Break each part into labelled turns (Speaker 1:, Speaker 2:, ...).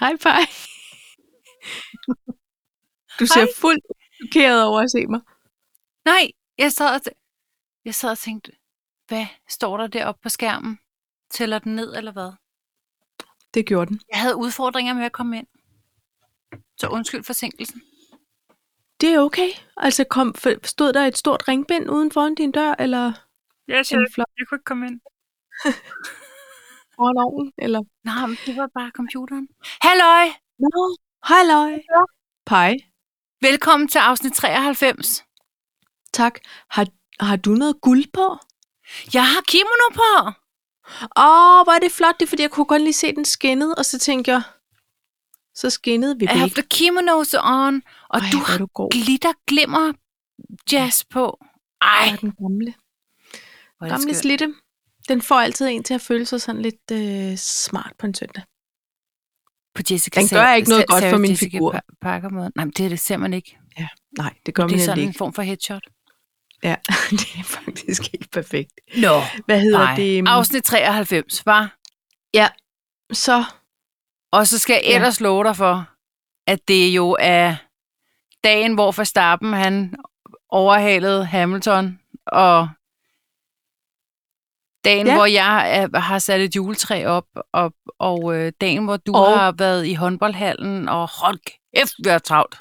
Speaker 1: Hej, Paj. Du ser
Speaker 2: Hej.
Speaker 1: fuldt chokeret over at se mig.
Speaker 2: Nej, jeg sad, og tæ- jeg sad og tænkte, hvad står der deroppe på skærmen? Tæller den ned, eller hvad?
Speaker 1: Det gjorde den.
Speaker 2: Jeg havde udfordringer med at komme ind. Så undskyld forsinkelsen.
Speaker 1: Det er okay. Altså, kom, for- stod der et stort ringbind uden foran din dør, eller
Speaker 2: Jeg,
Speaker 1: en flot
Speaker 2: jeg kunne ikke komme ind.
Speaker 1: foran ovnen, eller...
Speaker 2: Nej, men det var bare computeren. Halløj!
Speaker 1: Nå, halløj. Pej,
Speaker 2: Velkommen til afsnit 93.
Speaker 1: tak. Har, har du noget guld på?
Speaker 2: Jeg har kimono på!
Speaker 1: Åh, hvor er det flot. Det er, fordi jeg kunne godt lige se den skinnede, og så tænkte jeg, så skinnede vi
Speaker 2: I have
Speaker 1: begge.
Speaker 2: the kimonos on. Og Ej, du
Speaker 1: hvor
Speaker 2: har
Speaker 1: er du god.
Speaker 2: glitter, glimmer, jazz på. Ej,
Speaker 1: Jeg er den gamle.
Speaker 2: hvor er det
Speaker 1: Gamle
Speaker 2: skørt.
Speaker 1: slitte. Den får altid en til at føle sig sådan lidt øh, smart på en søndag.
Speaker 2: på Jessica
Speaker 1: Den
Speaker 2: Sa-
Speaker 1: gør ikke noget
Speaker 2: Sa-
Speaker 1: godt
Speaker 2: Sarah
Speaker 1: for min
Speaker 2: Jessica
Speaker 1: figur.
Speaker 2: Pa- Parker måde. Nej, men det er det simpelthen ikke.
Speaker 1: Nej, det gør
Speaker 2: Det
Speaker 1: man
Speaker 2: er sådan
Speaker 1: nemlig
Speaker 2: en
Speaker 1: ikke.
Speaker 2: form for headshot.
Speaker 1: Ja, det er faktisk ikke perfekt.
Speaker 2: Nå,
Speaker 1: Hvad hedder
Speaker 2: nej.
Speaker 1: det? øhm,
Speaker 2: Afsnit 93, var.
Speaker 1: Så
Speaker 2: Og så skal jeg
Speaker 1: Ja.
Speaker 2: ellers love dig for, at det jo er dagen, hvor Verstappen han overhalede Hamilton, og dagen,
Speaker 1: Ja.
Speaker 2: ja. hvor jeg er, har sat et juletræ op, og, og øh, dagen, hvor du
Speaker 1: Og-
Speaker 2: og... har været i håndboldhallen, og hold kæft, vi har travlt.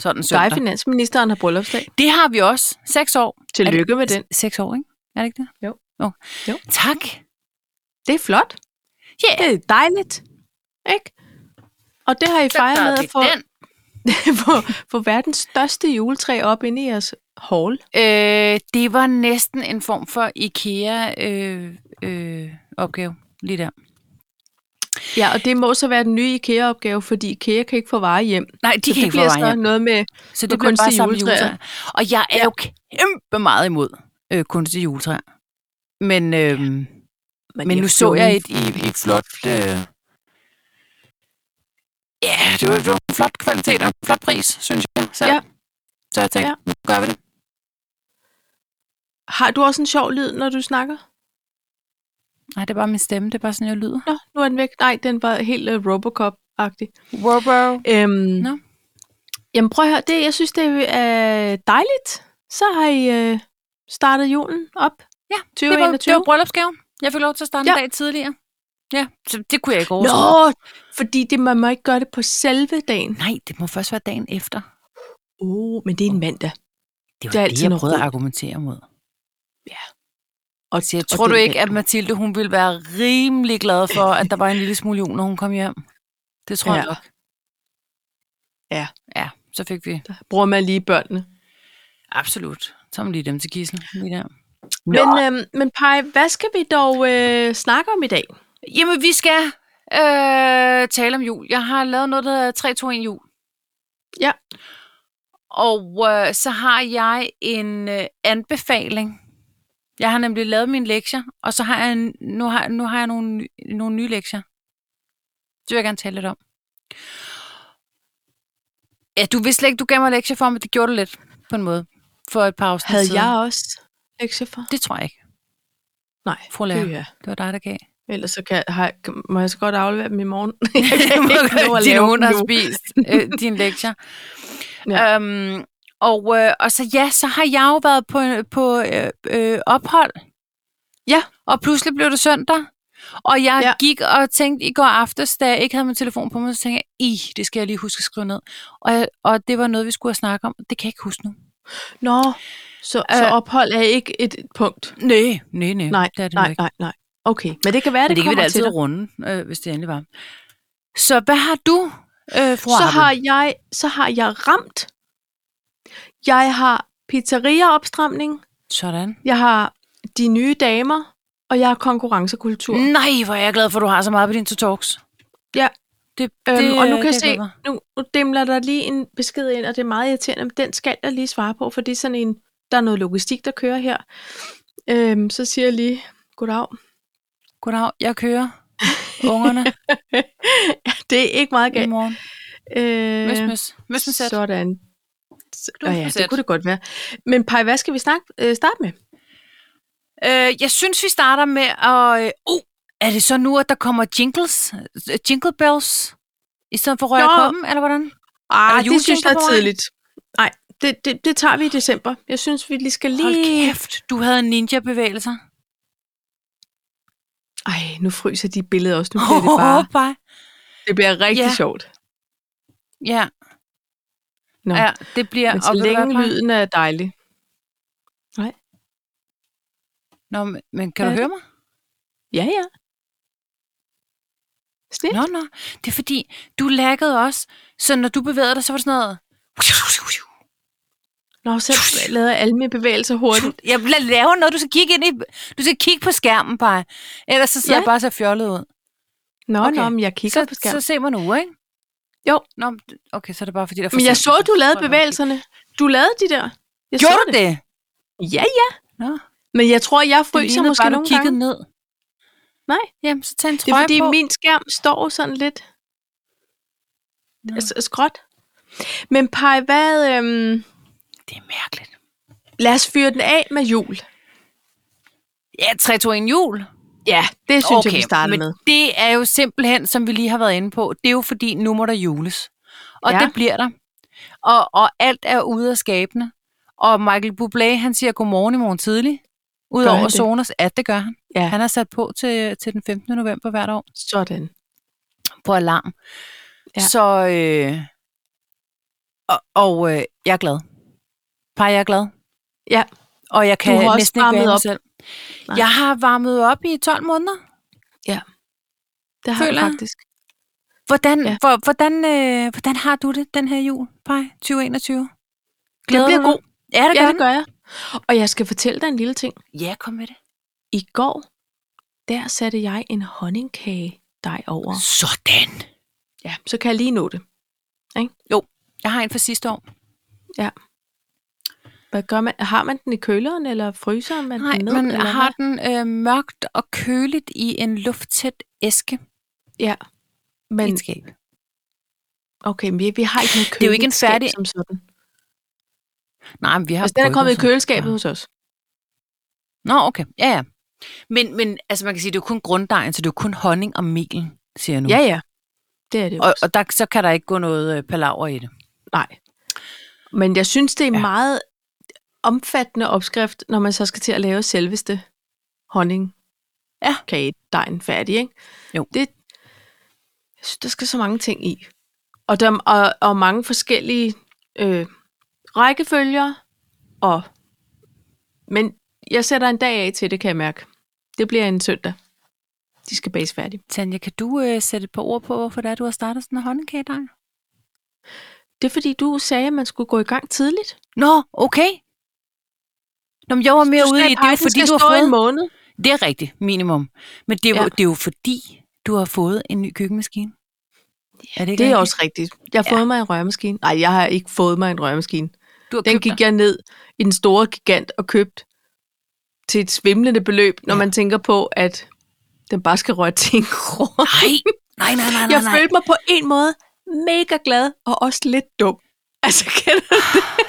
Speaker 2: Sådan
Speaker 1: dig,
Speaker 2: søndag.
Speaker 1: finansministeren, har bryllupsdag.
Speaker 2: Det har vi også. Seks år.
Speaker 1: Tillykke med den.
Speaker 2: S- Seks år, ikke? Er det ikke det?
Speaker 1: Jo.
Speaker 2: Oh.
Speaker 1: Jo.
Speaker 2: Tak.
Speaker 1: Det er flot.
Speaker 2: Ja.
Speaker 1: Det er dejligt. Ikke? Og det har I fejret med at få,
Speaker 2: Den.
Speaker 1: få, få verdens største juletræ op inde i jeres hall.
Speaker 2: Øh, det var næsten en form for IKEA-opgave øh, øh, opgave, lige der.
Speaker 1: Ja, og det må så være den nye IKEA-opgave, fordi IKEA kan ikke få varer hjem.
Speaker 2: Nej, de kan
Speaker 1: så det
Speaker 2: ikke
Speaker 1: bliver
Speaker 2: få vejen
Speaker 1: så
Speaker 2: hjem.
Speaker 1: noget med
Speaker 2: Så
Speaker 1: med
Speaker 2: det bliver bare
Speaker 1: kunstige
Speaker 2: sammen
Speaker 1: juletræer.
Speaker 2: juletræer. Og jeg er jo kæmpe meget imod øh, kunstige juletræer. Men, øh, men, men nu så jeg et, et, et flot... Øh, ja, det var, det var en flot kvalitet og en flot pris, synes jeg. Så,
Speaker 1: Ja.
Speaker 2: så jeg tænkte,
Speaker 1: Ja.
Speaker 2: nu gør vi det.
Speaker 1: Har du også en sjov lyd, når du snakker?
Speaker 2: Nej, det er bare min stemme. Det er bare sådan, jeg lyder.
Speaker 1: Nå, nu er den væk. Nej, den var helt uh, Robocop-agtig.
Speaker 2: Wow,
Speaker 1: Øhm,
Speaker 2: Nå.
Speaker 1: Jamen prøv at høre, det, jeg synes, det er øh, dejligt. Så har I øh, startet julen op.
Speaker 2: Ja, Det var, det
Speaker 1: 2021.
Speaker 2: var bryllupsgaven. Jeg fik lov til at starte ja.
Speaker 1: Ja.
Speaker 2: en dag tidligere. Ja, så det kunne jeg ikke overskue.
Speaker 1: Nå, fordi det, man må ikke gøre det på selve dagen.
Speaker 2: Nej, det må først være dagen efter.
Speaker 1: Åh, oh, men det er en mandag.
Speaker 2: Det var
Speaker 1: Det er
Speaker 2: det,
Speaker 1: altid
Speaker 2: det jeg
Speaker 1: noget
Speaker 2: prøvede at
Speaker 1: rod.
Speaker 2: argumentere mod.
Speaker 1: Og,
Speaker 2: Så jeg tror
Speaker 1: den
Speaker 2: du ikke,
Speaker 1: dag.
Speaker 2: at Mathilde hun ville være rimelig glad for, at der var en lille smule jul, når hun kom hjem? Det tror ja. jeg
Speaker 1: Ja.
Speaker 2: nok.
Speaker 1: Ja.
Speaker 2: Ja, så fik vi
Speaker 1: Bruger man lige børnene.
Speaker 2: absolut. Så man lige dem til gissel. Lige der.
Speaker 1: Men, øhm, men Paj, hvad skal vi dog øh, snakke om i dag?
Speaker 2: Jamen, vi skal øh, tale om jul. Jeg har lavet noget, der hedder 3, 2, 1 jul.
Speaker 1: Ja.
Speaker 2: Og øh, så har jeg en øh, anbefaling. Jeg har nemlig lavet mine lektier, og så har jeg en, nu, har, nu har jeg nogle, ny- nogle nye lektier. Det vil jeg gerne tale lidt om. Ja, du vidste slet ikke, du gav mig lektier for, men det gjorde du lidt, på en måde, for et par afsnit
Speaker 1: Havde
Speaker 2: siden.
Speaker 1: jeg også lektier for?
Speaker 2: Det tror jeg ikke.
Speaker 1: Nej,
Speaker 2: Fru
Speaker 1: det
Speaker 2: lærer.
Speaker 1: er jeg.
Speaker 2: Det var dig, der gav.
Speaker 1: Ellers så kan, har, må jeg så godt aflevere dem i morgen.
Speaker 2: Jeg må
Speaker 1: ikke nå
Speaker 2: godt-
Speaker 1: at
Speaker 2: din
Speaker 1: lave
Speaker 2: hund
Speaker 1: dem
Speaker 2: har
Speaker 1: nu.
Speaker 2: spist øh, din lektier.
Speaker 1: Ja.
Speaker 2: Ja. Øhm, og, øh, og så ja, så har jeg jo været på, på øh, øh, ophold.
Speaker 1: Ja.
Speaker 2: Og pludselig blev det søndag. Og jeg
Speaker 1: Ja.
Speaker 2: ja. gik og tænkte i går aftes, da jeg ikke havde min telefon på mig, så tænkte jeg, i, det skal jeg lige huske at skrive ned. Og, jeg, og det var noget, vi skulle have snakket om. Det kan jeg ikke huske nu.
Speaker 1: Nå, så, så
Speaker 2: Øh.
Speaker 1: ophold er ikke et punkt.
Speaker 2: Nej, nej, nej.
Speaker 1: Nej,
Speaker 2: det er det nu
Speaker 1: Nej,
Speaker 2: ikke.
Speaker 1: nej, nej. Okay, men det kan være,
Speaker 2: Men
Speaker 1: det,
Speaker 2: det kan vi da
Speaker 1: kommer til
Speaker 2: altid
Speaker 1: dig.
Speaker 2: runde, øh, hvis det endelig var. Så hvad har du, øh, fru
Speaker 1: Så
Speaker 2: Appel?
Speaker 1: har, jeg, så har jeg ramt. Jeg har pizzeria-opstramning.
Speaker 2: Sådan.
Speaker 1: Jeg har de nye damer. Og jeg har konkurrencekultur. Mm,
Speaker 2: Nej, hvor er jeg glad for, at du har så meget på din to talks.
Speaker 1: Ja.
Speaker 2: Det, det,
Speaker 1: øhm, og nu
Speaker 2: øh,
Speaker 1: kan jeg
Speaker 2: det er
Speaker 1: se,
Speaker 2: glad for.
Speaker 1: nu, nu dimler der lige en besked ind, og det er meget irriterende, men den skal jeg lige svare på, for det er sådan en, der er noget logistik, der kører her. Øhm, så siger jeg lige, goddag.
Speaker 2: Goddag, jeg kører ungerne
Speaker 1: Det er ikke meget
Speaker 2: okay. Øhm, i
Speaker 1: galt.
Speaker 2: morgen.
Speaker 1: Øh,
Speaker 2: Møs, møs. Møs, møs, sæt.
Speaker 1: Sådan.
Speaker 2: Du
Speaker 1: Du ja,
Speaker 2: får
Speaker 1: det
Speaker 2: sæt.
Speaker 1: kunne det godt være. Men Paj, hvad skal vi snakke, øh, starte med?
Speaker 2: Øh, jeg synes, vi starter oh, med at... Øh, uh, er det så nu, at der kommer jingles? Øh, Jingle bells? I stedet for rører
Speaker 1: Nå.
Speaker 2: koppen, eller hvordan? Er der
Speaker 1: Ah, det
Speaker 2: juletænker
Speaker 1: synes jeg
Speaker 2: på
Speaker 1: er
Speaker 2: vej?
Speaker 1: tidligt. Nej, det, det, det tager vi i december. Jeg synes, vi lige skal
Speaker 2: Hold
Speaker 1: lige...
Speaker 2: kæft, du havde ninja-bevægelser.
Speaker 1: Ej, nu fryser de billeder også. Nu bliver det bare...
Speaker 2: bare...
Speaker 1: Det bliver rigtig
Speaker 2: Ja.
Speaker 1: sjovt.
Speaker 2: Ja,
Speaker 1: Nå.
Speaker 2: ja, det bliver...
Speaker 1: Men så
Speaker 2: og ved du hvad,
Speaker 1: længe
Speaker 2: Paj?
Speaker 1: lyden er dejlig.
Speaker 2: Nå, men- men kan
Speaker 1: Hvad
Speaker 2: du
Speaker 1: er
Speaker 2: høre mig?
Speaker 1: Ja, ja. Snit.
Speaker 2: Nå, nå. Det er fordi, du laggede også. Så når du bevægede dig, så var det sådan noget...
Speaker 1: Nå, så lader alle mine bevægelser hurtigt.
Speaker 2: Jeg la- laver noget, du skal kigge ind i... Du skal kigge på skærmen bare. Ellers så sidder
Speaker 1: Ja.
Speaker 2: jeg bare så fjollet ud.
Speaker 1: Nå,
Speaker 2: Okay.
Speaker 1: okay. nå, men jeg kigger
Speaker 2: så,
Speaker 1: på skærmen.
Speaker 2: så se mig nu, ikke?
Speaker 1: Jo.
Speaker 2: Nå, men d- okay, så er det bare fordi, der er
Speaker 1: Men jeg så,
Speaker 2: forsinkelse.
Speaker 1: du lavede
Speaker 2: tror jeg,
Speaker 1: bevægelserne. Du lavede de der. Jeg
Speaker 2: Gjorde
Speaker 1: så
Speaker 2: du det?
Speaker 1: Ja, ja.
Speaker 2: Nå,
Speaker 1: Men jeg tror, jeg
Speaker 2: det
Speaker 1: fryser
Speaker 2: lignede
Speaker 1: måske
Speaker 2: bare, du
Speaker 1: nogle
Speaker 2: kiggede
Speaker 1: gange.
Speaker 2: ned.
Speaker 1: Nej.
Speaker 2: Jamen, så tag en
Speaker 1: Det er
Speaker 2: trøje
Speaker 1: fordi,
Speaker 2: på.
Speaker 1: min skærm står sådan lidt
Speaker 2: Nå,
Speaker 1: s- skråt. Men Paj, hvad... Øhm,
Speaker 2: det er mærkeligt.
Speaker 1: lad os fyre den af med jul.
Speaker 2: Ja, 3, 2, 1, jul.
Speaker 1: Ja, det synes jeg, vi starter
Speaker 2: men
Speaker 1: med.
Speaker 2: det er jo simpelthen, som vi lige har været inde på, det er jo fordi, nu må der jules. Og
Speaker 1: Ja.
Speaker 2: ja. det bliver der. Og, og alt er ude af skabene. Og Michael Bublé, han siger godmorgen i morgen tidlig.
Speaker 1: han
Speaker 2: Udover
Speaker 1: det?
Speaker 2: Sonos, at det gør han.
Speaker 1: Ja.
Speaker 2: Han er sat på til, til den 15. november hvert år
Speaker 1: Sådan.
Speaker 2: på alarm.
Speaker 1: Ja.
Speaker 2: Ja. Så, øh, og, og øh, jeg er glad. Par, jeg er glad.
Speaker 1: Ja.
Speaker 2: Og jeg kan
Speaker 1: Du har også
Speaker 2: næsten ikke være i
Speaker 1: varmet
Speaker 2: mig
Speaker 1: op.
Speaker 2: selv.
Speaker 1: Nej.
Speaker 2: Jeg har varmet op i 12 måneder.
Speaker 1: Det har jeg
Speaker 2: Føler jeg.
Speaker 1: faktisk.
Speaker 2: Hvordan,
Speaker 1: Ja.
Speaker 2: ja. hvor, hvordan, øh, hvordan har du det den her jul, Paj, 2021?
Speaker 1: Den
Speaker 2: Glæder
Speaker 1: bliver
Speaker 2: du dig?
Speaker 1: god.
Speaker 2: Ja, det
Speaker 1: Ja,
Speaker 2: gør
Speaker 1: det gør jeg. Og jeg skal fortælle dig en lille ting.
Speaker 2: Ja, kom med det.
Speaker 1: I går, der satte jeg en honningkage dig over.
Speaker 2: Sådan.
Speaker 1: Ja, så kan jeg lige nå det.
Speaker 2: Jeg har en fra sidste år.
Speaker 1: Hvad gør man? Har man den i køleren, eller fryser man
Speaker 2: Nej,
Speaker 1: den ned?
Speaker 2: man
Speaker 1: eller
Speaker 2: har
Speaker 1: hvad?
Speaker 2: den øh, mørkt og køligt i en lufttæt æske
Speaker 1: Ja.
Speaker 2: men, i
Speaker 1: Men,
Speaker 2: et skab.
Speaker 1: okay, men vi, vi har ikke noget køleskab
Speaker 2: er jo ikke en færdig-
Speaker 1: som sådan.
Speaker 2: Nej, men vi har
Speaker 1: Altså, den er
Speaker 2: prøvet
Speaker 1: kommet i
Speaker 2: så.
Speaker 1: køleskabet
Speaker 2: Ja.
Speaker 1: hos os.
Speaker 2: Nå, okay. Ja, ja. Men, men altså, man kan sige, det er jo kun grunddejen, så det er jo kun honning og mel, siger jeg nu.
Speaker 1: Ja, ja. Det er det jo
Speaker 2: Og,
Speaker 1: også.
Speaker 2: og der, så kan der ikke gå noget øh, palaver i det.
Speaker 1: Nej. Men jeg synes, det er en
Speaker 2: Ja.
Speaker 1: ja. meget omfattende opskrift, når man så skal til at lave selveste honning.
Speaker 2: Ja.
Speaker 1: Kage, dejen færdig, ikke?
Speaker 2: Jo.
Speaker 1: Det, jeg synes, der skal så mange ting i. Og, der, og, og mange forskellige øh, rækkefølger. Og, men jeg sætter en dag af til det, kan jeg mærke. Det bliver en søndag. De skal bages færdig.
Speaker 2: Tanja, kan du øh, sætte et par ord på, hvorfor det er, du har startet sådan en honningkagedej?
Speaker 1: Det er fordi, du sagde, at man skulle gå i gang tidligt.
Speaker 2: Nå, okay. Nå, men jeg var mere
Speaker 1: du
Speaker 2: ude i,
Speaker 1: sagde,
Speaker 2: det er jo
Speaker 1: at den
Speaker 2: fordi,
Speaker 1: skal
Speaker 2: du har
Speaker 1: stå en
Speaker 2: fået...
Speaker 1: måned.
Speaker 2: Det er rigtigt, minimum. Men det er, jo,
Speaker 1: Ja.
Speaker 2: det er jo fordi, du har fået en ny køkkenmaskine. er det ikke
Speaker 1: Det er
Speaker 2: rigtigt?
Speaker 1: også rigtigt. Jeg har fået mig en røgmaskine. Nej, jeg har ikke fået mig en røgmaskine.
Speaker 2: Du har
Speaker 1: Den
Speaker 2: købt
Speaker 1: gik
Speaker 2: dig.
Speaker 1: jeg ned i den store gigant og købt til et svimlende beløb, når
Speaker 2: Ja.
Speaker 1: man tænker på, at den bare skal røre til en krone.
Speaker 2: Nej, nej, nej, Ah, nej, nej.
Speaker 1: Jeg
Speaker 2: nej.
Speaker 1: følte mig på en måde mega glad og også lidt dum. Altså, kan du?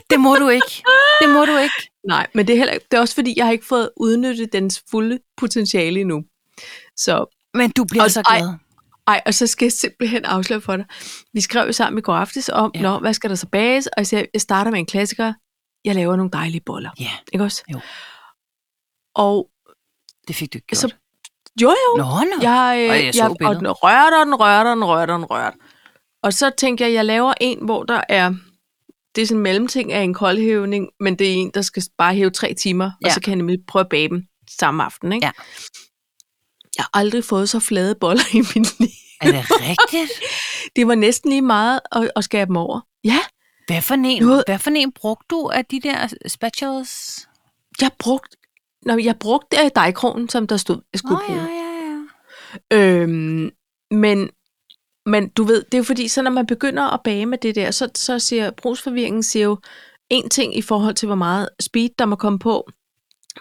Speaker 2: Det må du ikke. Det må du ikke.
Speaker 1: Nej, men det er, heller, ikke- det er også fordi, jeg har ikke fået udnyttet dens fulde potentiale endnu. Så
Speaker 2: Men du bliver
Speaker 1: Og-
Speaker 2: så
Speaker 1: ej.
Speaker 2: glad.
Speaker 1: Ej, og så skal jeg simpelthen afsløre for dig. Vi skrev jo sammen i går aftes om, ja.
Speaker 2: Ja.
Speaker 1: Nå, hvad skal der så bages? Og jeg sagde, jeg starter med en klassiker. Jeg laver nogle dejlige boller.
Speaker 2: Ja,
Speaker 1: Ikke også?
Speaker 2: Jo.
Speaker 1: Og
Speaker 2: det fik du ikke gjort.
Speaker 1: Så- jo jo,
Speaker 2: Nå, nå.
Speaker 1: jeg, øh,
Speaker 2: Og jeg så
Speaker 1: og
Speaker 2: billedet.
Speaker 1: den rørte, og den rørte, og den rørte, og den rørte. Og så tænker jeg, jeg laver en, hvor der er, det er sådan en mellemting af en koldhævning, men det er en, der skal bare hæve tre timer, ja. og
Speaker 2: Ja.
Speaker 1: så kan jeg nemlig prøve at bage dem samme aften. Ikke?
Speaker 2: Ja.
Speaker 1: Jeg har aldrig fået så flade boller i mit liv.
Speaker 2: Er det rigtigt?
Speaker 1: Det var næsten lige meget at, at skære dem over. Ja,
Speaker 2: Hvad for en,
Speaker 1: Noget-
Speaker 2: hvad for en brugte du af de der spatulas?
Speaker 1: jeg brugte, når jeg brugte øh, dejkrogen, som der stod, jeg skulle
Speaker 2: Åh,
Speaker 1: bruge.
Speaker 2: ja, ja, ja.
Speaker 1: Øhm, men, men du ved, det er jo fordi, så når man begynder at bage med det der, så, så siger brugsforvirringen siger jo en ting i forhold til, hvor meget speed der må komme på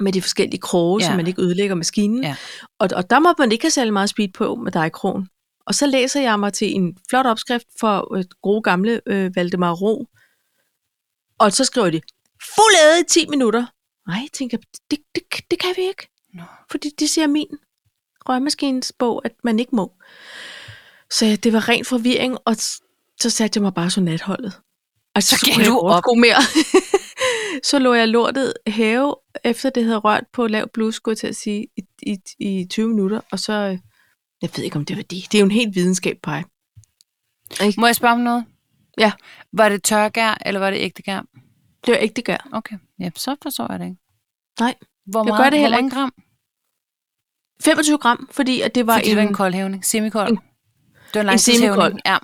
Speaker 1: med de forskellige kroge, ja.
Speaker 2: Ja.
Speaker 1: så man ikke ødelægger maskinen.
Speaker 2: Ja.
Speaker 1: Og, og der må man ikke have særlig meget speed på med dig i krogen. Og så læser jeg mig til en flot opskrift for et gode gamle øh, Valdemar Ro. Og så skriver de, fuld æde i 10 minutter. Nej, tænker jeg, det, det, det kan vi ikke.
Speaker 2: Nå.
Speaker 1: Fordi det siger min røgmaskines bog, at man ikke må. Så det var ren forvirring, og s- så satte jeg mig bare sonatholdet. Og
Speaker 2: Så gav
Speaker 1: kunne jeg
Speaker 2: du
Speaker 1: godt
Speaker 2: op.
Speaker 1: gå mere. så lå jeg lortet have, efter det havde rørt på lav blus, skulle jeg til at sige, i, i, i 20 minutter. Og så, øh, jeg ved ikke om det var det. Det er jo en helt videnskab, Paj.
Speaker 2: Må jeg spørge om noget?
Speaker 1: Ja.
Speaker 2: Var det tørgær, eller var det ægte gær?
Speaker 1: Det var ikke det gør.
Speaker 2: Okay. Ja, så forstår jeg det ikke.
Speaker 1: Nej.
Speaker 2: Hvor
Speaker 1: Jeg
Speaker 2: meget,
Speaker 1: gør det
Speaker 2: hvor
Speaker 1: heller
Speaker 2: mange gram?
Speaker 1: 25 gram, fordi at det var
Speaker 2: Fordi det var en
Speaker 1: en...
Speaker 2: koldhævning. Semikold.
Speaker 1: en-
Speaker 2: Det var en
Speaker 1: semikold.
Speaker 2: langtidshævning. Ja.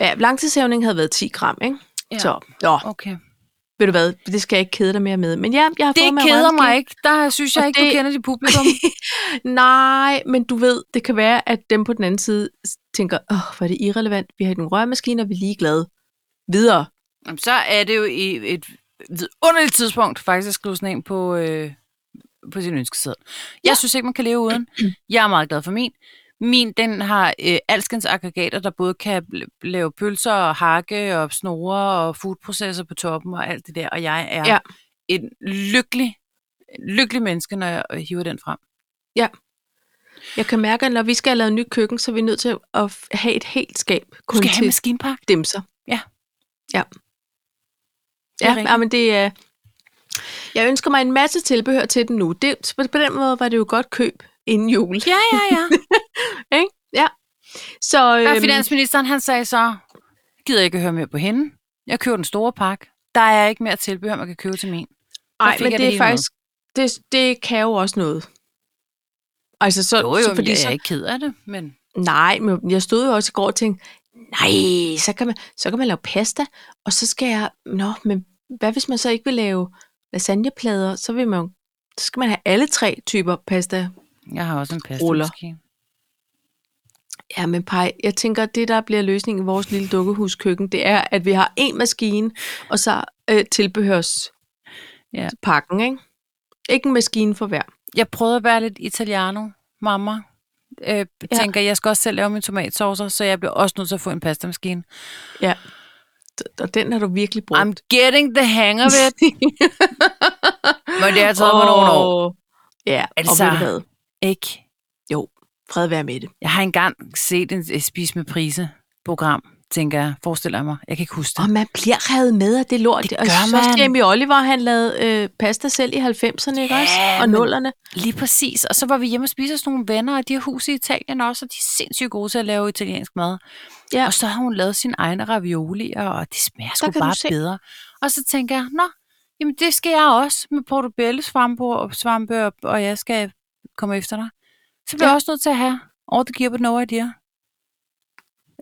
Speaker 1: Ja, langtidshævning havde været 10 gram, ikke?
Speaker 2: Ja.
Speaker 1: Så, nå,
Speaker 2: Okay.
Speaker 1: ved du hvad, det skal jeg ikke kede dig mere med. Men ja, jeg har fået
Speaker 2: Det
Speaker 1: mig en
Speaker 2: keder mig
Speaker 1: røvmaskine.
Speaker 2: ikke. Der synes jeg
Speaker 1: Og
Speaker 2: ikke, du
Speaker 1: det-
Speaker 2: kender dit publikum.
Speaker 1: Nej, men du ved, det kan være, at dem på den anden side tænker, åh, hvor er det irrelevant, vi har ikke nogen rørmaskiner, vi er ligeglade. Videre.
Speaker 2: Jamen, så er det jo i et vidunderligt tidspunkt faktisk at skrive sådan en på, øh, på sin ønskeseddel. Jeg
Speaker 1: Ja.
Speaker 2: synes ikke, man kan leve uden. Jeg er meget glad for min. Min, den har øh, alskens aggregater, der både kan bl- lave pølser og hakke og snore og foodprocesser på toppen og alt det der. Og jeg er
Speaker 1: Ja.
Speaker 2: ja. en lykkelig, lykkelig menneske, når jeg øh, hiver den frem.
Speaker 1: Jeg kan mærke, at når vi skal have lavet nyt køkken, så er vi nødt til at f- have et helt skab
Speaker 2: Du
Speaker 1: kun
Speaker 2: skal have
Speaker 1: til
Speaker 2: en maskinpakke.
Speaker 1: dimser.
Speaker 2: Ja.
Speaker 1: Ja.
Speaker 2: Det er
Speaker 1: Ja,
Speaker 2: rigtigt.
Speaker 1: ja, men det er... Jeg ønsker mig en masse tilbehør til den nu. Det, på på den måde var det jo et godt køb inden jul.
Speaker 2: Ja, ja, ja.
Speaker 1: Så,
Speaker 2: Og
Speaker 1: øhm,
Speaker 2: finansministeren, han sagde så, gider ikke at høre mere på hende. Jeg køber den store pakke. Der er ikke mere tilbehør, man kan købe til min.
Speaker 1: Nej,
Speaker 2: fik
Speaker 1: men
Speaker 2: jeg
Speaker 1: det
Speaker 2: det
Speaker 1: er
Speaker 2: hele
Speaker 1: faktisk... Det, det kan jo også noget. Altså, så,
Speaker 2: Jo, jo,
Speaker 1: så
Speaker 2: så,
Speaker 1: fordi
Speaker 2: jeg
Speaker 1: så,
Speaker 2: er ikke ked af det, men...
Speaker 1: Nej, men jeg stod jo også i går og tænkte, nej, så kan, man, så kan man lave pasta, og så skal jeg, nå, men hvad hvis man så ikke vil lave lasagneplader, så vil man jo- så skal man have alle tre typer pasta.
Speaker 2: Jeg har også en pasta
Speaker 1: Ruller.
Speaker 2: måske.
Speaker 1: Ja, men pej, jeg tænker, at det der bliver løsningen i vores lille dukkehuskøkken, det er, at vi har en maskine, og så øh, tilbehørs
Speaker 2: Ja.
Speaker 1: pakken, ikke? Ikke en maskine for hver.
Speaker 2: Jeg prøvede at være lidt italiano, mamma. Øh, tænker, jeg skal også selv lave min tomatsaucer, så jeg bliver også nødt til at få en pastamaskine.
Speaker 1: D- Og den har du virkelig brugt.
Speaker 2: I'm getting the hang of it, men det har taget mig nogle år.
Speaker 1: Åh, Ja,
Speaker 2: Altså.
Speaker 1: altså. og ved du hvad?
Speaker 2: Ikke?
Speaker 1: Fred være med det.
Speaker 2: Jeg har engang set en et spis med prise program, tænker jeg, forestiller jeg mig. Jeg kan ikke huske det.
Speaker 1: Og man bliver revet med af det lort.
Speaker 2: Det
Speaker 1: og
Speaker 2: gør
Speaker 1: jeg synes også,
Speaker 2: man.
Speaker 1: Jamie Oliver, han lavede øh, pasta selv i 90'erne, ikke
Speaker 2: Ja,
Speaker 1: også? Og
Speaker 2: men-
Speaker 1: 0'erne.
Speaker 2: Lige præcis. Og så var vi hjemme og spiste hos nogle venner, og de har hus i Italien også, og de er sindssygt gode til at lave italiensk mad.
Speaker 1: Ja.
Speaker 2: Og så har hun lavet sine egne raviolier, og de smager
Speaker 1: Der
Speaker 2: sgu
Speaker 1: kan du
Speaker 2: bare
Speaker 1: se.
Speaker 2: bedre. Og så tænker jeg, nå, jamen det skal jeg også med portobello, svampe og svampe, og, og jeg skal komme efter dig. Så bliver
Speaker 1: Ja.
Speaker 2: jeg også nødt til at have all the gear but no idea.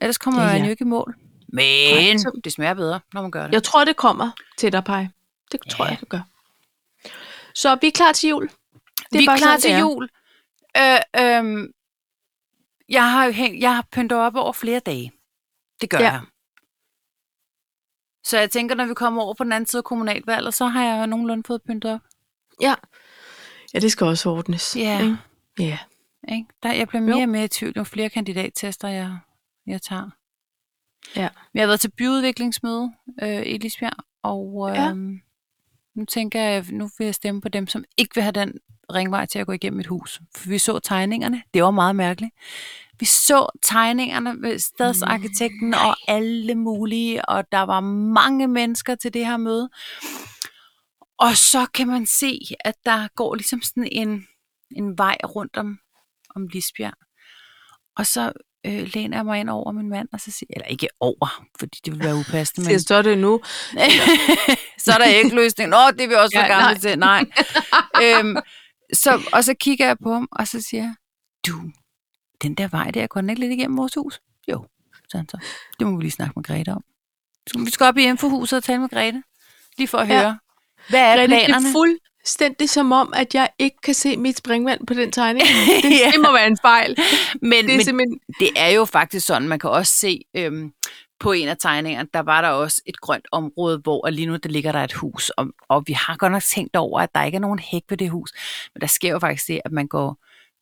Speaker 2: Ellers kommer
Speaker 1: Ja,
Speaker 2: ja, ja.
Speaker 1: ja.
Speaker 2: man jo ikke i mål. Men
Speaker 1: så-
Speaker 2: det smager bedre, når man gør det.
Speaker 1: Jeg tror, det kommer til dig, Paj. Det tror
Speaker 2: Ja.
Speaker 1: jeg, det gør. Så vi er klar til jul.
Speaker 2: Det er vi er
Speaker 1: bare
Speaker 2: klar
Speaker 1: sådan, det
Speaker 2: til
Speaker 1: er.
Speaker 2: jul. Øh, øhm, jeg har jo hæng, jeg har pyntet op over flere dage. Det gør
Speaker 1: Ja.
Speaker 2: ja. jeg. Så jeg tænker, når vi kommer over på den anden side af kommunalvalget, så har jeg jo nogenlunde fået pyntet op.
Speaker 1: Ja. Ja, det skal også ordnes.
Speaker 2: Ja.
Speaker 1: ikke? Ja.
Speaker 2: Ikke? Der, jeg bliver mere og mere i tvivl, jo flere kandidattester jeg, jeg tager.
Speaker 1: Ja.
Speaker 2: Men Jeg har været til byudviklingsmøde øh, i Lisbjerg, og øh,
Speaker 1: Ja.
Speaker 2: ja. nu tænker jeg, nu vil jeg stemme på dem, som ikke vil have den ringvej til at gå igennem et hus. For vi så tegningerne, det var meget mærkeligt. Vi så tegningerne ved stadsarkitekten og alle mulige, og der var mange mennesker til det her møde. Og så kan man se, at der går ligesom sådan en, en vej rundt om, om Lisbjerg. Og så øh, læner jeg mig ind over min mand, og så siger, eller ikke over, fordi det ville være upassende, men
Speaker 1: Det står det nu.
Speaker 2: så er der ikke løsning. Nå, det er vi også for
Speaker 1: Ja,
Speaker 2: ja, gamle
Speaker 1: nej.
Speaker 2: til. Nej. øhm, så, og så kigger jeg på ham, og så siger jeg, du, den der vej der, går den ikke lidt igennem vores hus? Jo, så han så. Det må vi lige snakke med Grete om. Så vi skal op i infohuset og tale med Grete, lige for at
Speaker 1: Ja.
Speaker 2: ja. høre, hvad er
Speaker 1: Grete, det
Speaker 2: planerne?
Speaker 1: er fuldstændig som om, at jeg ikke kan se mit springvand på den tegning. Det,
Speaker 2: Ja.
Speaker 1: det må være en fejl.
Speaker 2: men,
Speaker 1: Det er
Speaker 2: men
Speaker 1: simpelthen...
Speaker 2: det er jo faktisk sådan, man kan også se øhm, på en af tegningerne, der var der også et grønt område, hvor og lige nu der ligger der et hus, og, og vi har godt nok tænkt over, at der ikke er nogen hæk ved det hus, men der sker jo faktisk det, at man går,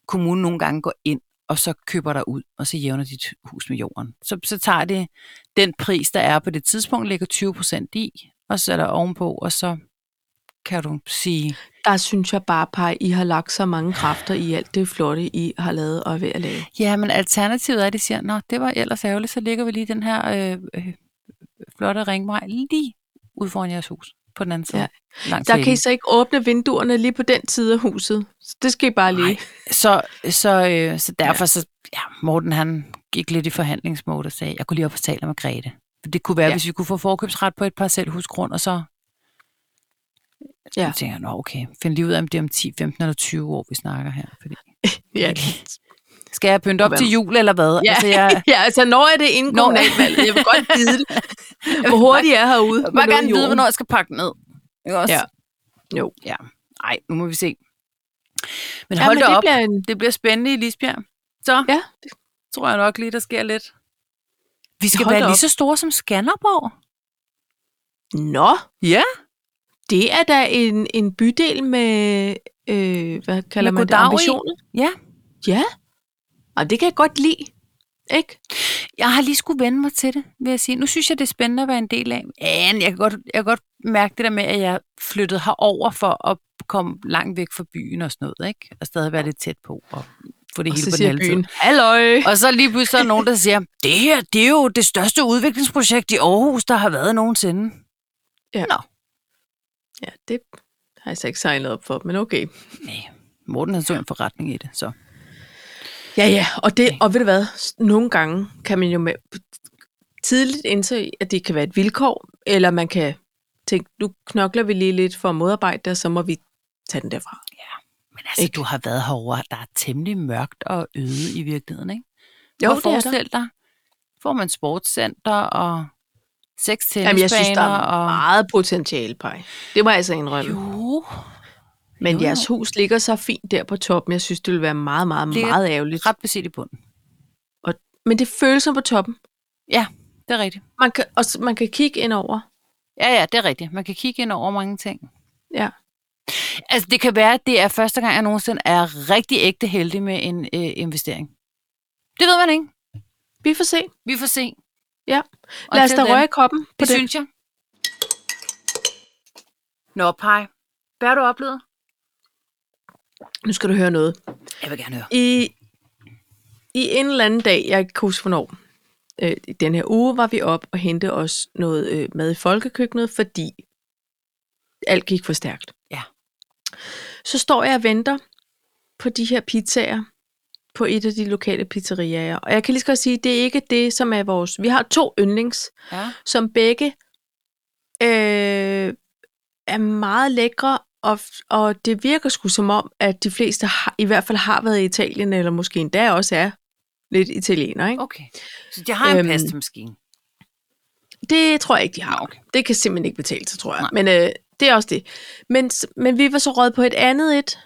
Speaker 2: kommunen nogle gange går ind, og så køber der ud, og så jævner dit hus med jorden. Så, så tager det den pris, der er på det tidspunkt, ligger 20% i, og så er der ovenpå, og så kan du sige.
Speaker 1: Der synes jeg bare, par, I har lagt så mange kræfter i alt det flotte, I har lavet og er ved at lave.
Speaker 2: Ja, men alternativet er, at de siger, nå, det var ellers ærgerligt, så ligger vi lige den her øh, øh, flotte ringvej lige ud foran jeres hus på den anden side.
Speaker 1: Ja.
Speaker 2: Ja. Langt
Speaker 1: Der
Speaker 2: væk.
Speaker 1: kan I så ikke åbne vinduerne lige på den side af huset. Så Det skal I bare lige.
Speaker 2: Nej. Så, så, øh, så derfor, ja. så ja, Morten han gik lidt i forhandlingsmode og sagde, jeg kunne lige op og tale med Grete. For det kunne være,
Speaker 1: Ja.
Speaker 2: ja. hvis vi kunne få forkøbsret på et parcelhusgrund, og så
Speaker 1: Ja.
Speaker 2: ja. tænker jeg, nå okay, find lige ud af, om det er om 10, 15 eller 20 år, vi snakker her. Fordi,
Speaker 1: Ja,
Speaker 2: skal jeg pynte op
Speaker 1: Hvad?
Speaker 2: til jul, eller hvad?
Speaker 1: Ja.
Speaker 2: Altså, jeg,
Speaker 1: ja altså når er det inden
Speaker 2: Når-
Speaker 1: kommunalvalget? Jeg vil godt vide det. Hvor hurtigt jeg er herude.
Speaker 2: Jeg vil
Speaker 1: med
Speaker 2: bare
Speaker 1: noget
Speaker 2: gerne
Speaker 1: i
Speaker 2: vide,
Speaker 1: jorden.
Speaker 2: hvornår jeg skal pakke den ned. Ikke også?
Speaker 1: Ja. Jo.
Speaker 2: Ja. Ej, nu må vi se. Men
Speaker 1: Ja,
Speaker 2: hold
Speaker 1: men
Speaker 2: da
Speaker 1: det
Speaker 2: op. Bliver...
Speaker 1: Bliver en...
Speaker 2: Det bliver spændende i Lisbjerg. Så
Speaker 1: Ja.
Speaker 2: tror jeg nok lige, der sker lidt. Vi skal
Speaker 1: Hold
Speaker 2: være
Speaker 1: da
Speaker 2: lige
Speaker 1: op.
Speaker 2: så store som Skanderborg.
Speaker 1: Nå,
Speaker 2: Ja.
Speaker 1: det er da en, en bydel med, øh, hvad kalder
Speaker 2: Med
Speaker 1: man det,
Speaker 2: goddag i.
Speaker 1: ambitioner.
Speaker 2: Ja.
Speaker 1: Ja, og det kan jeg godt lide. Ikke?
Speaker 2: Jeg har lige skulle vende mig til det, vil jeg sige. Nu synes jeg, det er spændende at være en del af. Men jeg kan godt, jeg kan godt mærke det der med, at jeg flyttede herover for at komme langt væk fra byen og sådan noget, ikke? Og stadig være lidt tæt på og få det
Speaker 1: Og
Speaker 2: hele
Speaker 1: så
Speaker 2: på den
Speaker 1: siger
Speaker 2: halve tid.
Speaker 1: byen, halløj.
Speaker 2: Og så lige pludselig er der nogen, der siger, det her, det er jo det største udviklingsprojekt i Aarhus, der har været nogensinde.
Speaker 1: Ja, det har jeg så ikke signet op for, men okay.
Speaker 2: Nej, Morten havde så en forretning i det, så.
Speaker 1: Ja, ja, og, det, og ved du hvad, s- nogle gange kan man jo med, tidligt indse, at det kan være et vilkår, eller man kan tænke, nu knokler vi lige lidt for at modarbejde det, og så må vi tage den derfra.
Speaker 2: Men altså,
Speaker 1: Ikke?
Speaker 2: du har været herovre, der er temmelig mørkt og øde i virkeligheden, ikke?
Speaker 1: Jo,
Speaker 2: Prøv at
Speaker 1: det er der.
Speaker 2: forestil dig, får man sportscenter og seks
Speaker 1: Jamen, jeg synes, der
Speaker 2: tennisbaner
Speaker 1: er
Speaker 2: og...
Speaker 1: meget potentiale, Paj. Det må jeg altså indrømme. Jo,
Speaker 2: Jo,
Speaker 1: Men
Speaker 2: jo,
Speaker 1: jo,
Speaker 2: jo.
Speaker 1: jeres hus ligger så fint der på toppen. Jeg synes, det ville være meget, meget,
Speaker 2: Ligger-
Speaker 1: meget ærgerligt.
Speaker 2: ret beset i bunden.
Speaker 1: Men det føles som på toppen.
Speaker 2: Det er rigtigt.
Speaker 1: Man kan, og s- man kan kigge ind over.
Speaker 2: Ja, ja, det er rigtigt. Man kan kigge ind over mange ting.
Speaker 1: Ja.
Speaker 2: Altså, det kan være, at det er første gang, jeg nogensinde er rigtig ægte heldig med en øh, investering. Det ved man ikke.
Speaker 1: Vi får se.
Speaker 2: Vi får se.
Speaker 1: Ja.
Speaker 2: Og
Speaker 1: Lad os
Speaker 2: til
Speaker 1: da
Speaker 2: den,
Speaker 1: røre i koppen på
Speaker 2: Det
Speaker 1: det.
Speaker 2: synes jeg. Nå, Paj. Hvad har du oplevet?
Speaker 1: Nu skal du høre noget.
Speaker 2: Jeg vil gerne høre.
Speaker 1: I, I en eller anden dag, jeg kan ikke huske hvornår, øh, i den her uge var vi op og hente os noget øh, mad i folkekøkkenet, fordi alt gik for stærkt.
Speaker 2: Ja.
Speaker 1: Så står jeg og venter på de her pizzaer på et af de lokale pizzeriaer. Og jeg kan lige så godt sige, det er ikke det, som er vores... Vi har to yndlings,
Speaker 2: Ja.
Speaker 1: som begge øh, er meget lækre, og, og det virker sgu som om, at de fleste har, i hvert fald har været i Italien, eller måske endda også er lidt italiener. Ikke?
Speaker 2: Okay. Så jeg har en
Speaker 1: Øhm, Ah,
Speaker 2: øhm, pastamaskine.
Speaker 1: Det tror jeg ikke, de har.
Speaker 2: Nå, okay.
Speaker 1: Det kan simpelthen ikke betale sig, tror jeg.
Speaker 2: Nej.
Speaker 1: Men øh, det er også det. Men, s- men vi var så råd på et andet et,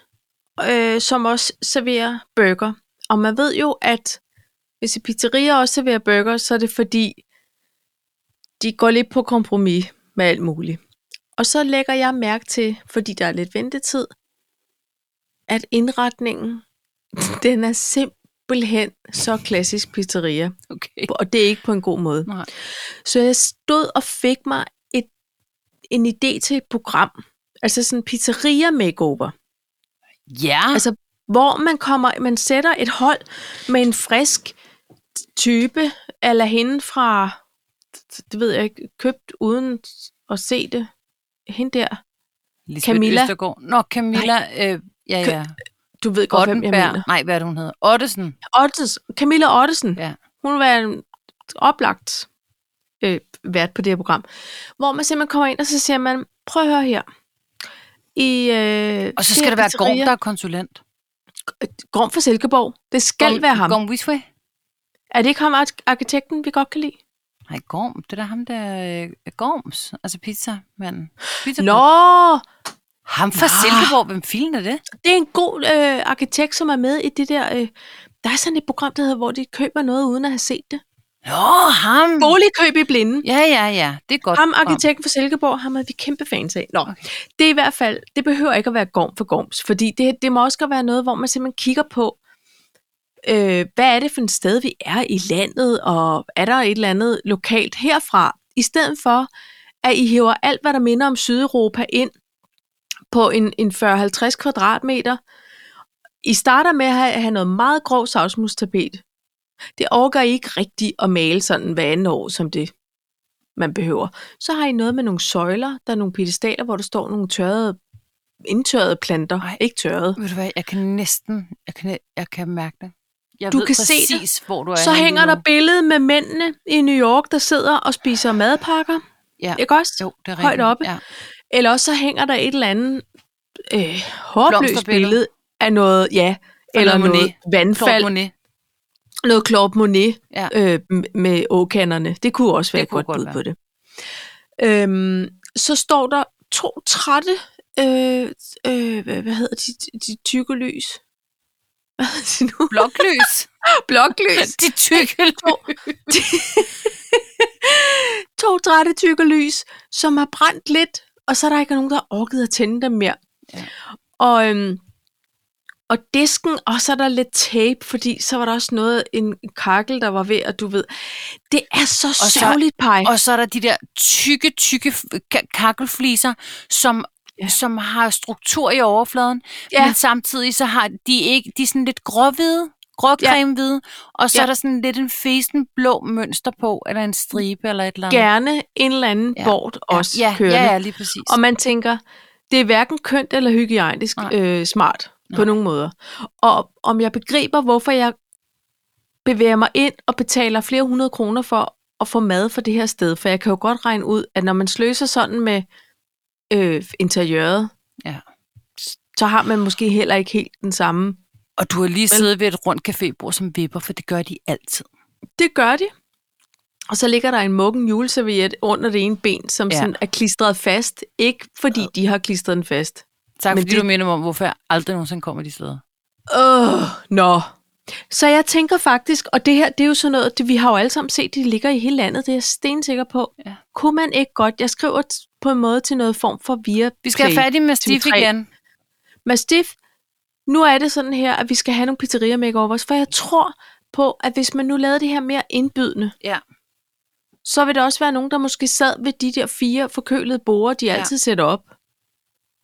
Speaker 1: øh, som også serverer burger. Og man ved jo, at hvis et pizzeria også serverer burger, så er det fordi, de går lidt på kompromis med alt muligt. Og så lægger jeg mærke til, fordi der er lidt ventetid, at indretningen, den er simpelthen så klassisk pizzeria.
Speaker 2: Okay.
Speaker 1: Og det er ikke på en god måde.
Speaker 2: Nej.
Speaker 1: Så jeg stod og fik mig et, en idé til et program. Altså sådan en pizzeria makeover.
Speaker 2: Ja.
Speaker 1: Altså, Hvor man kommer, man sætter et hold med en frisk type, eller hende fra, det ved jeg ikke, købt uden at se det. Hende der.
Speaker 2: Lisbeth
Speaker 1: Camilla.
Speaker 2: Østergaard. Nå, Camilla. Øh, ja, ja.
Speaker 1: Du ved godt, hvem jeg mener.
Speaker 2: Ottenberg. Nej, hvad er det, hun hedder? Ottesen.
Speaker 1: Ottesen, Camilla Ottesen.
Speaker 2: Ja.
Speaker 1: Hun var en oplagt øh, vært på det her program. Hvor man simpelthen kommer ind, og så siger man, prøv at høre her. I, øh,
Speaker 2: Og så
Speaker 1: det
Speaker 2: skal
Speaker 1: her
Speaker 2: det være Gorm,
Speaker 1: pizzeria-
Speaker 2: der er konsulent.
Speaker 1: Gorm fra Silkeborg. Det skal
Speaker 2: Gorm-
Speaker 1: være ham.
Speaker 2: Gorm Wisway.
Speaker 1: Er det ikke ham, ark- arkitekten, vi godt kan lide?
Speaker 2: Nej, Gorm. Det er da ham, der er øh, Gorms. Altså pizzamanden. Pizza
Speaker 1: Nå,
Speaker 2: Ham fra
Speaker 1: Ah.
Speaker 2: Silkeborg. Hvem filen er det?
Speaker 1: det er en god øh, arkitekt, som er med i det der... Øh, der er sådan et program, der hedder, hvor de køber noget uden at have set det.
Speaker 2: Nå, ham.
Speaker 1: Boligkøb i blinde.
Speaker 2: Ja, ja, ja. Det er godt.
Speaker 1: Ham,
Speaker 2: program.
Speaker 1: arkitekten fra Silkeborg, ham er vi kæmpe fans af. Nå,
Speaker 2: Okay.
Speaker 1: det er i hvert fald, det behøver ikke at være gorm for gorms, fordi det, det må også godt være noget, hvor man simpelthen kigger på, øh, hvad er det for et sted, vi er i landet, og er der et eller andet lokalt herfra, i stedet for, at I hiver alt, hvad der minder om Sydeuropa ind, på en, en 40-50 kvadratmeter. I starter med at have, have noget meget grov savsmustapet. Det orker I ikke rigtigt at male sådan hver anden år, som det man behøver. Så har I noget med nogle søjler, der er nogle pedestaler, hvor der står nogle tørrede, indtørrede planter.
Speaker 2: Ej.
Speaker 1: Ikke tørrede.
Speaker 2: Ved du hvad, jeg kan næsten, jeg kan, jeg kan mærke det. Jeg
Speaker 1: Du
Speaker 2: ved
Speaker 1: kan se det.
Speaker 2: præcis, se hvor du er
Speaker 1: Så
Speaker 2: henne
Speaker 1: hænger
Speaker 2: lige
Speaker 1: der
Speaker 2: nu.
Speaker 1: billede med mændene i New York, der sidder og spiser madpakker.
Speaker 2: Ja.
Speaker 1: Ikke også?
Speaker 2: Jo, det er rigtigt.
Speaker 1: højt oppe.
Speaker 2: Ja.
Speaker 1: Eller også så hænger der et eller andet øh, håbløst
Speaker 2: Blomsterbillede.
Speaker 1: billede af noget, ja,
Speaker 2: Og
Speaker 1: eller
Speaker 2: noget
Speaker 1: noget,
Speaker 2: Monet.
Speaker 1: noget vandfald,
Speaker 2: Claude Monet.
Speaker 1: noget Claude Monet
Speaker 2: Ja.
Speaker 1: ja. øh, m- med åkanderne. Det kunne også være
Speaker 2: Det
Speaker 1: et
Speaker 2: kunne
Speaker 1: godt,
Speaker 2: godt
Speaker 1: bud
Speaker 2: være.
Speaker 1: på det. Øhm, så står der to trætte, øh, øh, hvad hvad hedder de, de tykke lys? Hvad hedder de nu?
Speaker 2: Bloklys.
Speaker 1: Bloklys.
Speaker 2: De tykke
Speaker 1: to, to trætte tykke lys, som har brændt lidt, og så er der ikke nogen, der har orket at tænde dem mere.
Speaker 2: Ja.
Speaker 1: Og, øhm, og disken, og så er der lidt tape, fordi så var der også noget, en kakkel, der var ved, og du ved, det er så og
Speaker 2: så-
Speaker 1: sørgeligt, Paj.
Speaker 2: Og så er der de der tykke, tykke f- ka- kakkelfliser, som, ja.
Speaker 1: Ja.
Speaker 2: som har struktur i overfladen, ja.
Speaker 1: Ja.
Speaker 2: men samtidig så har de ikke, de er sådan lidt gråhvide, gråcremehvide, og så ja.
Speaker 1: Ja.
Speaker 2: er der sådan lidt en fesen blå mønster på, eller en stribe, eller et eller andet.
Speaker 1: Gerne en eller anden
Speaker 2: Ja.
Speaker 1: ja. bort også
Speaker 2: ja,
Speaker 1: kørende.
Speaker 2: ja, ja, lige præcis.
Speaker 1: Og man tænker, det er hverken kønt eller hygiejnisk
Speaker 2: Nej.
Speaker 1: øh, smart på
Speaker 2: Nej.
Speaker 1: nogen måder. Og om jeg begriber, hvorfor jeg bevæger mig ind og betaler flere hundrede kroner for at få mad fra det her sted. For jeg kan jo godt regne ud, at når man sløser sådan med øh, interiøret,
Speaker 2: Ja.
Speaker 1: så har man måske heller ikke helt den samme.
Speaker 2: Og du har lige siddet ved et rundt cafébord som vipper, for det gør de altid.
Speaker 1: Det gør de. Og så ligger der en mukken juleserviet under det ene ben, som
Speaker 2: Ja.
Speaker 1: ja. sådan er klistret fast. Ikke fordi de har klistret den fast.
Speaker 2: Tak
Speaker 1: Men
Speaker 2: fordi
Speaker 1: det-
Speaker 2: du minder mig om, hvorfor jeg aldrig nogensinde kommer de steder.
Speaker 1: Åh, oh, nå. No. Så jeg tænker faktisk, og det her, det er jo sådan noget, det, vi har jo alle sammen set, det ligger i hele landet, det er jeg stensikker på.
Speaker 2: Ja.
Speaker 1: Kunne man ikke godt, jeg skriver t- på en måde til noget form for via
Speaker 2: Vi skal have fat i Mastiff
Speaker 1: TV3.
Speaker 2: igen.
Speaker 1: Mastiff, nu er det sådan her, at vi skal have nogle pizzerier makeovers, for jeg tror på, at hvis man nu lavede det her mere indbydende,
Speaker 2: Ja.
Speaker 1: så vil der også være nogen, der måske sad ved de der fire forkølede borer, de
Speaker 2: Ja.
Speaker 1: altid sætter op.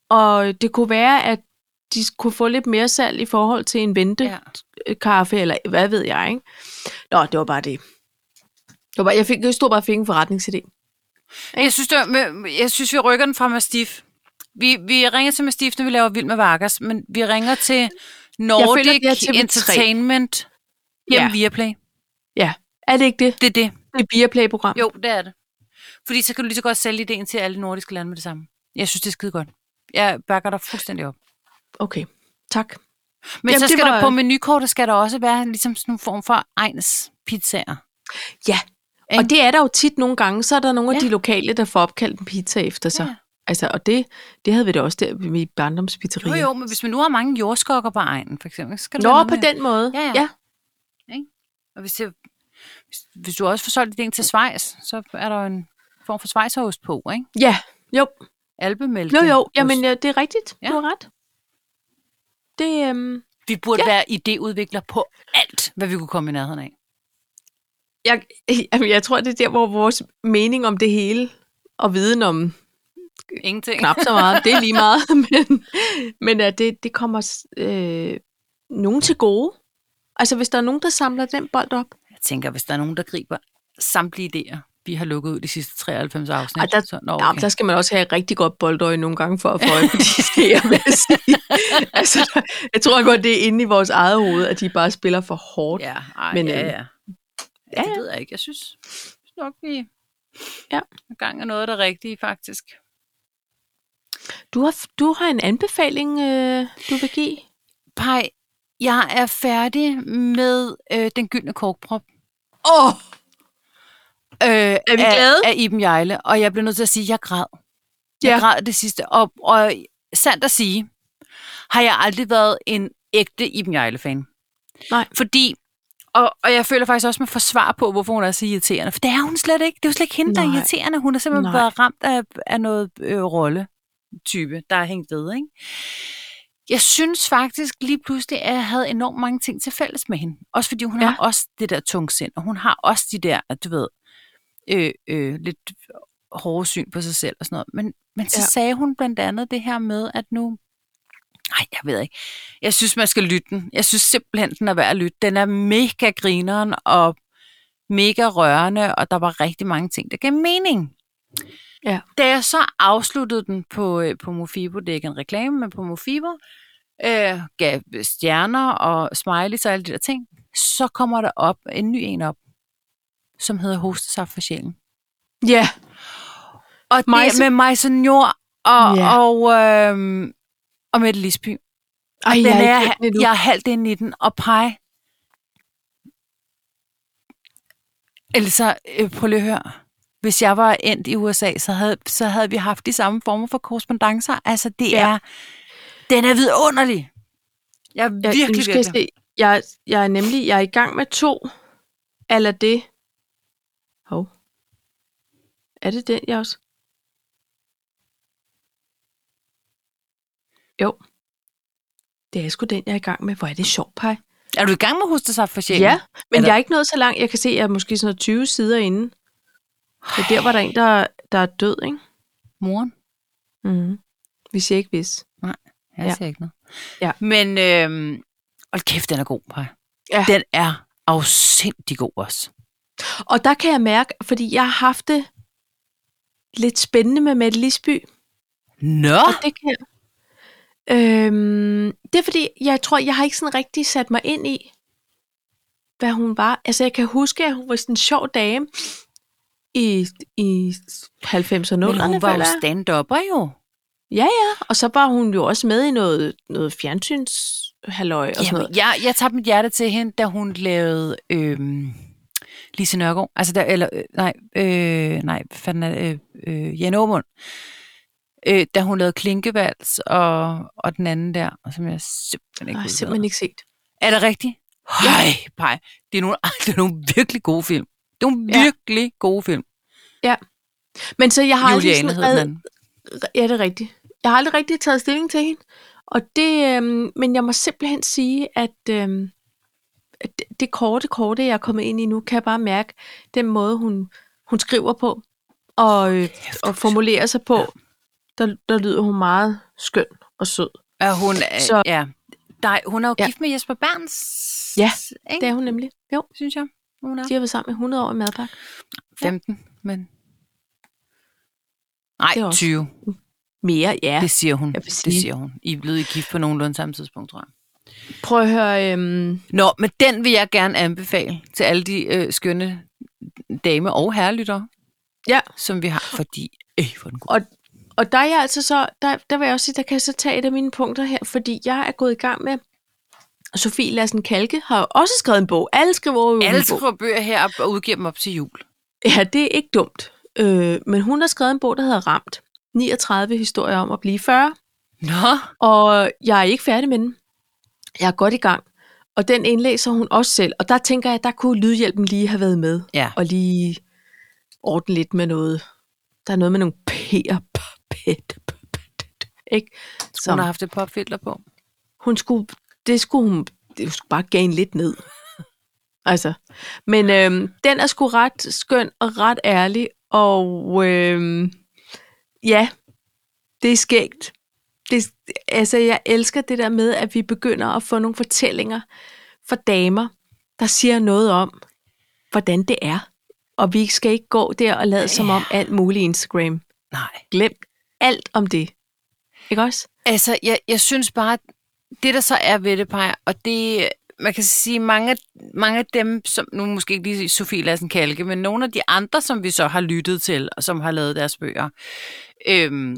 Speaker 1: Og det kunne være, at de kunne få lidt mere salg i forhold til en vente
Speaker 2: Ja.
Speaker 1: kaffe, eller hvad ved jeg, ikke? Nå, det var bare det. det var bare, jeg, fik, jeg stod bare og fik en forretningsidé.
Speaker 2: Jeg synes, det var, men jeg synes vi rykker den fra Mastiff. Vi, vi ringer til Mastiff, når vi laver Vild med Vargas, men vi ringer til Nordic føler,
Speaker 1: føler, det er TV3.
Speaker 2: Entertainment gennem ja.
Speaker 1: Ja.
Speaker 2: Viaplay.
Speaker 1: Er det ikke det?
Speaker 2: Det er det.
Speaker 1: Det er Viaplay-program.
Speaker 2: Jo, det er det. Fordi så kan du lige så godt sælge ideen til alle nordiske lande med det samme. Jeg synes, det er skide godt. Jeg bakker dig fuldstændig op.
Speaker 1: Okay, tak.
Speaker 2: Men Jamen,
Speaker 1: Jamen,
Speaker 2: så
Speaker 1: det
Speaker 2: skal var... der
Speaker 1: var-
Speaker 2: på menukortet skal der også være ligesom sådan en form for egns pizzaer.
Speaker 1: Ja,
Speaker 2: Ikke?
Speaker 1: og det er der jo tit nogle gange, så er der nogle af
Speaker 2: Ja.
Speaker 1: de lokale, der får opkaldt en pizza efter sig.
Speaker 2: Ja.
Speaker 1: Ja. Altså, og det, det havde vi da også der med i
Speaker 2: Jo,
Speaker 1: barndomspizzeriet.
Speaker 2: jo, men hvis man nu har mange jordskokker på egnen, for eksempel, så skal der
Speaker 1: Nå,
Speaker 2: være noget
Speaker 1: på
Speaker 2: med-
Speaker 1: den måde.
Speaker 2: Ja, ja.
Speaker 1: ja.
Speaker 2: Og hvis, det, hvis, hvis du også får solgt idéen til Schweiz, så er der jo en form for svejserost på, ikke?
Speaker 1: ja. jo.
Speaker 2: Alpemælk.
Speaker 1: Jo, jo, jamen ja, det er rigtigt.
Speaker 2: Ja.
Speaker 1: Ja. Du har ret. Det, øhm,
Speaker 2: Vi burde ja. være idéudvikler på alt, hvad vi kunne komme i nærheden af.
Speaker 1: jeg, jamen, jeg tror, det er der, hvor vores mening om det hele og viden om
Speaker 2: Ingenting.
Speaker 1: knap så meget, det er lige meget, men, men at det, det kommer s- øh, nogen til gode. Altså, hvis der er nogen, der samler den bold op.
Speaker 2: Jeg tænker, hvis der er nogen, der griber samtlige idéer, vi har lukket ud de sidste 93 afsnit.
Speaker 1: Ej, der-
Speaker 2: så, nå,
Speaker 1: Okay. Jamen, der skal man også have et rigtig godt boldøje nogle gange for at få øje på de idéer, vil jeg sige. altså, der- jeg tror godt, det er inde i vores eget hoved, at de bare spiller for hårdt.
Speaker 2: Ja, ej, men,
Speaker 1: Men,
Speaker 2: ja,
Speaker 1: øhm,
Speaker 2: ja. ja,
Speaker 1: ja,
Speaker 2: det
Speaker 1: ja.
Speaker 2: ved jeg ikke. Jeg synes, synes nok, vi
Speaker 1: Ja.
Speaker 2: er i gang er noget, der er rigtigt, faktisk.
Speaker 1: Du, har, du har en anbefaling, øh, du vil give.
Speaker 2: Pej, jeg er færdig med øh, den gyldne korkprop.
Speaker 1: Åh, oh,
Speaker 2: Øh,
Speaker 1: vi
Speaker 2: af,
Speaker 1: glade?
Speaker 2: Af Iben Jejle, og jeg bliver nødt til at sige, at jeg græd. Jeg
Speaker 1: Ja.
Speaker 2: græd det sidste. Og, og sandt at sige, har jeg aldrig været en ægte Iben Jejle-fan.
Speaker 1: Nej.
Speaker 2: Fordi, og, og jeg føler faktisk også med forsvar på, hvorfor hun er så irriterende. For det er hun slet ikke. Det er jo slet ikke hende, der er
Speaker 1: Nej.
Speaker 2: irriterende. Hun har simpelthen Nej.
Speaker 1: Nej.
Speaker 2: været ramt af, af noget øh, rolle type, der er hængt ved, ikke? Jeg synes faktisk lige pludselig, at jeg havde enormt mange ting til fælles med hende. Også fordi hun ja.
Speaker 1: Ja.
Speaker 2: har også det der tungsind, og hun har også de der, du ved, øh, øh, lidt hårde syn på sig selv og sådan noget. Men, men så
Speaker 1: Ja.
Speaker 2: ja. sagde hun blandt andet det her med, at nu... Nej, jeg ved ikke. Jeg synes, man skal lytte den. Jeg synes simpelthen, den er værd at lytte. Den er mega grineren og mega rørende, og der var rigtig mange ting, der gav mening.
Speaker 1: Ja.
Speaker 2: Da jeg så afsluttede den på, øh, på Mofibo, det er ikke en reklame, men på Mofibo, øh, gav stjerner og smileys og alle de der ting, så kommer der op en ny en op, som hedder Hostesaft for sjælen.
Speaker 1: Ja,
Speaker 2: Og det
Speaker 1: Maise-
Speaker 2: er med Majse Njord og,
Speaker 1: Ja.
Speaker 2: yeah. og, øh, og Mette Lisby.
Speaker 1: Ej,
Speaker 2: Den
Speaker 1: jeg er
Speaker 2: er,
Speaker 1: ikke
Speaker 2: jeg,
Speaker 1: endnu.
Speaker 2: jeg er halvt ind i den, og pege. Altså, øh, prøv lige at høre. Hvis jeg var endt i USA, så havde, så havde vi haft de samme former for korrespondencer. Altså, det
Speaker 1: Ja.
Speaker 2: ja. er... Den er vidunderlig. Jeg er
Speaker 1: Jeg,
Speaker 2: virkelig,
Speaker 1: nu skal jeg,
Speaker 2: virkelig...
Speaker 1: se. Jeg, jeg er nemlig jeg er i gang med to eller det. Hov. Er det den, jeg også? Jo. Det er sgu den, jeg er i gang med. Hvor er det sjovt, Paj.
Speaker 2: Er du i gang med hostesaft for sjælen?
Speaker 1: Ja, men
Speaker 2: Eller-
Speaker 1: jeg er ikke nået så langt. Jeg kan se, at jeg er måske sådan noget 20 sider inde. Så der var der en, der, der er død, ikke?
Speaker 2: Moren?
Speaker 1: Mm-hmm. Hvis jeg ikke vidste.
Speaker 2: Jeg
Speaker 1: Ja.
Speaker 2: ja. siger ikke noget.
Speaker 1: Ja.
Speaker 2: Men, øh, hold kæft, den er god, Paj.
Speaker 1: Ja.
Speaker 2: Den er afsindig god også.
Speaker 1: Og der kan jeg mærke, fordi jeg har haft det lidt spændende med Mette Lisby.
Speaker 2: Nå!
Speaker 1: Og det kan øhm, Det er fordi, jeg tror, jeg har ikke sådan rigtig sat mig ind i, hvad hun var. Altså, jeg kan huske, at hun var sådan en sjov dame i, i 90'erne.
Speaker 2: Men hun var jo
Speaker 1: føler jeg.
Speaker 2: stand-upper jo.
Speaker 1: Ja, ja. Og så var hun jo også med i noget, noget fjernsynshalløj og sådan noget.
Speaker 2: Jamen, jeg, jeg tabte mit hjerte til hende, da hun lavede øh, Lise Nørgaard. Altså, der, eller, øh, nej, øh, nej, hvad fanden er det, øh, øh, Jan Aumund. Øh, da hun lavede Klinkevals og, og den anden der, som jeg simpelthen
Speaker 1: Jeg
Speaker 2: ikke ved,
Speaker 1: har
Speaker 2: hvad
Speaker 1: simpelthen ikke set.
Speaker 2: Er det rigtigt? Hej, pej. Det er, nogle, det er nogle virkelig gode film. Det er nogle
Speaker 1: Ja.
Speaker 2: virkelig gode film.
Speaker 1: Men så jeg har aldrig
Speaker 2: Juliane
Speaker 1: sådan
Speaker 2: hedder den.
Speaker 1: red,
Speaker 2: anden.
Speaker 1: Ja, det er rigtigt. Jeg har aldrig rigtig taget stilling til hende. Og det, øhm, men jeg må simpelthen sige, at, øhm, at det- det korte, korte, jeg er kommet ind i nu, kan jeg bare mærke den måde, hun, hun skriver på og, øh,
Speaker 2: Kæft,
Speaker 1: og formulerer sig på. Der, der lyder hun meget skøn og sød.
Speaker 2: Er hun, er,
Speaker 1: Så-
Speaker 2: så, ja. Nej, hun er jo
Speaker 1: Ja.
Speaker 2: gift med Jesper Berns.
Speaker 1: Ja, Det
Speaker 2: ikke?
Speaker 1: er hun nemlig. Jo,
Speaker 2: synes jeg. Hun er
Speaker 1: de har været sammen i 100 år i madpakke.
Speaker 2: 15, men... Nej,
Speaker 1: Det er også-
Speaker 2: 20.
Speaker 1: Mere, ja.
Speaker 2: Det siger hun.
Speaker 1: Jeg vil
Speaker 2: Det
Speaker 1: sige.
Speaker 2: siger hun. I er blevet gift på nogenlunde samme tidspunkt, tror jeg.
Speaker 1: Prøv at høre, øhm,
Speaker 2: Nå, men den vil jeg gerne anbefale til alle de øh, skønne dame- og herrelyttere,
Speaker 1: Ja.
Speaker 2: som vi har, fordi... Øh, hvor er den god.
Speaker 1: Og der er jeg altså så, der, der vil jeg også sige, der kan jeg så tage et af mine punkter her, fordi jeg er gået i gang med, og Sofie Lassen Kalke har jo også skrevet en bog. Alle skriver jo
Speaker 2: Alle
Speaker 1: en bog.
Speaker 2: skriver bøger her og udgiver dem op til jul.
Speaker 1: Ja, det er ikke dumt. Øh, men hun har skrevet en bog, der hedder Ramt. 39 historier om at blive 40.
Speaker 2: Nå,
Speaker 1: Og jeg er ikke færdig med den. Jeg er godt i gang. Og den indlæser hun også selv. Og der tænker jeg, der kunne lydhjælpen lige have været med.
Speaker 2: Ja.
Speaker 1: Og lige ordne lidt med noget. Der er noget med nogle p'er. p- pet- p- pet- Ikke?
Speaker 2: så hun har haft et popfilter på.
Speaker 1: hun skulle, det skulle hun, det skulle bare gane lidt ned. Altså, men øhm, den er sgu ret skøn og ret ærlig, og øhm, ja, det er skægt. Det, altså, jeg elsker det der med, at vi begynder at få nogle fortællinger fra damer, der siger noget om, hvordan det er. Og vi skal ikke gå der og lade som om alt muligt Instagram.
Speaker 2: Nej.
Speaker 1: Glem alt om det. Ikke også?
Speaker 2: Altså, jeg, jeg synes bare, at det der så er ved det, Paj, og det, man kan sige, mange, af- mange af dem, som, nu måske ikke lige Sofie Lassen Kalke, men nogle af de andre, som vi så har lyttet til, og som har lavet deres bøger, øhm,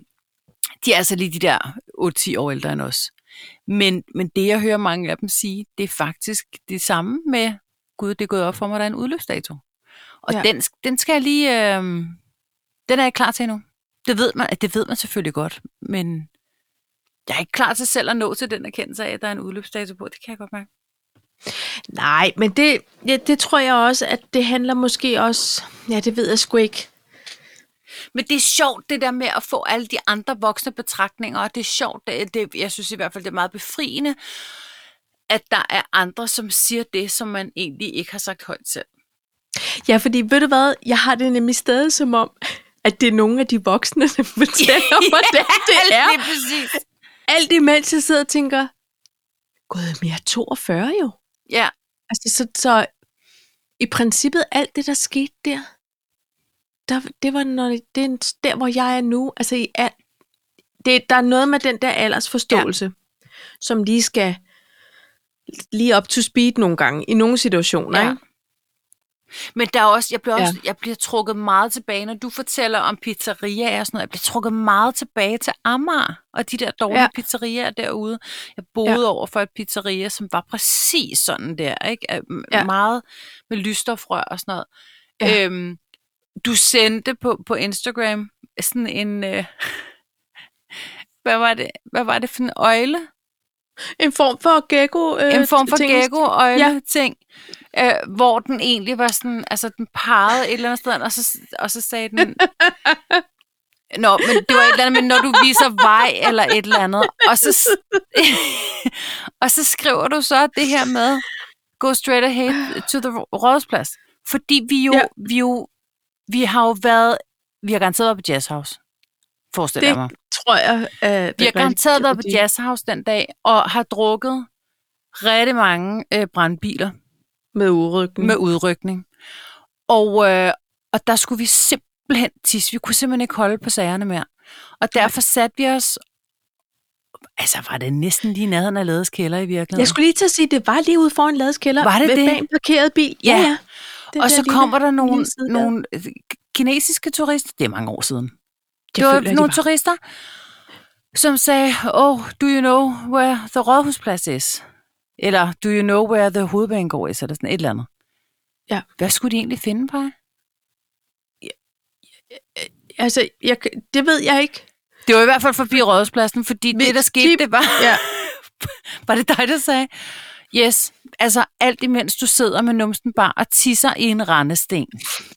Speaker 2: de er altså lige de der 8-10 år ældre end os. Men, men det, jeg hører mange af dem sige, det er faktisk det samme med, gud, det er gået op for mig, der er en udløbsdato. Og
Speaker 1: Ja.
Speaker 2: ja. den, den skal jeg lige, øhm, den er jeg klar til endnu. Det ved man, det ved man selvfølgelig godt, men jeg er ikke klar til selv at nå til den erkendelse af, at der er en udløbsdato på. Det kan jeg godt mærke.
Speaker 1: Nej, men det, ja, det tror jeg også, at det handler måske også... Ja, det ved jeg sgu ikke.
Speaker 2: Men det er sjovt, det der med at få alle de andre voksne betragtninger, og det er sjovt, det, det, jeg synes i hvert fald, det er meget befriende, at der er andre, som siger det, som man egentlig ikke har sagt højt selv.
Speaker 1: Ja, fordi ved du hvad? Jeg har det nemlig stadig som om, at det er nogle af de voksne, som fortæller, hvordan det er.
Speaker 2: Lige præcis.
Speaker 1: Alt imens jeg sidder og tænker, gud, men jeg er 42 jo.
Speaker 2: Ja,
Speaker 1: Altså, så, så i princippet alt det, der skete der, der det var når, det er en- der, hvor jeg er nu. Altså, i al, det, der er noget med den der aldersforståelse, ja. som lige skal lige op to speed nogle gange, i nogle situationer.
Speaker 2: Ja.
Speaker 1: Ja. Ikke?
Speaker 2: men der er også, jeg bliver, også, ja. jeg bliver trukket meget tilbage, når du fortæller om pizzeriaer og sådan noget, jeg bliver trukket meget tilbage til Amager, og de der dårlige ja.
Speaker 1: Ja.
Speaker 2: pizzeriaer derude. Jeg boede ja. over for et pizzeria, som var præcis sådan der, ikke? Af- m-
Speaker 1: Ja.
Speaker 2: Meget med lysterfrø og sådan noget. Ja.
Speaker 1: Ja.
Speaker 2: Øhm, du sendte på, på Instagram sådan en, øh, hvad var det, hvad var det for en øjle?
Speaker 1: En form for gecko. Øh,
Speaker 2: en form for
Speaker 1: ting-
Speaker 2: gecko og ja.
Speaker 1: Ja.
Speaker 2: ting, øh, hvor den egentlig var sådan, altså den pegede et eller andet sted, hen, og så, og så sagde den, Nå, men det var et eller andet, men når du viser vej eller et eller andet, og så, s- og så skriver du så det her med, go straight ahead to the Rå- rådhusplads. Fordi vi jo, ja.
Speaker 1: Ja.
Speaker 2: vi jo, vi har jo været, vi har garanteret været på Jazz House, forestiller
Speaker 1: Det-
Speaker 2: jeg mig.
Speaker 1: Tror jeg. Øh,
Speaker 2: Vi har garanteret været på
Speaker 1: de-
Speaker 2: Jazz House den dag, og har drukket rigtig mange øh, brandbiler
Speaker 1: Mm. Med uryggen.
Speaker 2: med udrykning. Og, øh, og der skulle vi simpelthen tisse. Vi kunne simpelthen ikke holde på sagerne mere. Og derfor satte vi os... Altså, var det næsten lige i nærheden af Lades kælder i virkeligheden.
Speaker 1: Jeg skulle lige til at sige, det var lige ude foran ladeskælder.
Speaker 2: Var det
Speaker 1: ved
Speaker 2: det?
Speaker 1: Bag en parkeret bil.
Speaker 2: Ja.
Speaker 1: Den
Speaker 2: og
Speaker 1: der
Speaker 2: så
Speaker 1: lille-
Speaker 2: kommer der nogle,
Speaker 1: lille side der.
Speaker 2: nogle øh, kinesiske turister. Det er mange år siden.
Speaker 1: Det
Speaker 2: Det, det var
Speaker 1: føler jeg, de
Speaker 2: nogle
Speaker 1: var.
Speaker 2: turister, som sagde, oh, do you know where the rådhusplads is? Eller, do you know where the hovedbanegård is? Eller sådan et eller andet.
Speaker 1: Ja.
Speaker 2: Hvad skulle de egentlig finde på?
Speaker 1: Altså, jeg, kan- det ved jeg ikke.
Speaker 2: Det var i hvert fald forbi rådhuspladsen, fordi
Speaker 1: Mit
Speaker 2: det, der skete,
Speaker 1: tip-
Speaker 2: det var...
Speaker 1: Ja.
Speaker 2: Var det dig, der sagde? Yes, altså alt imens du sidder med numsen bare og tisser i en rendesten.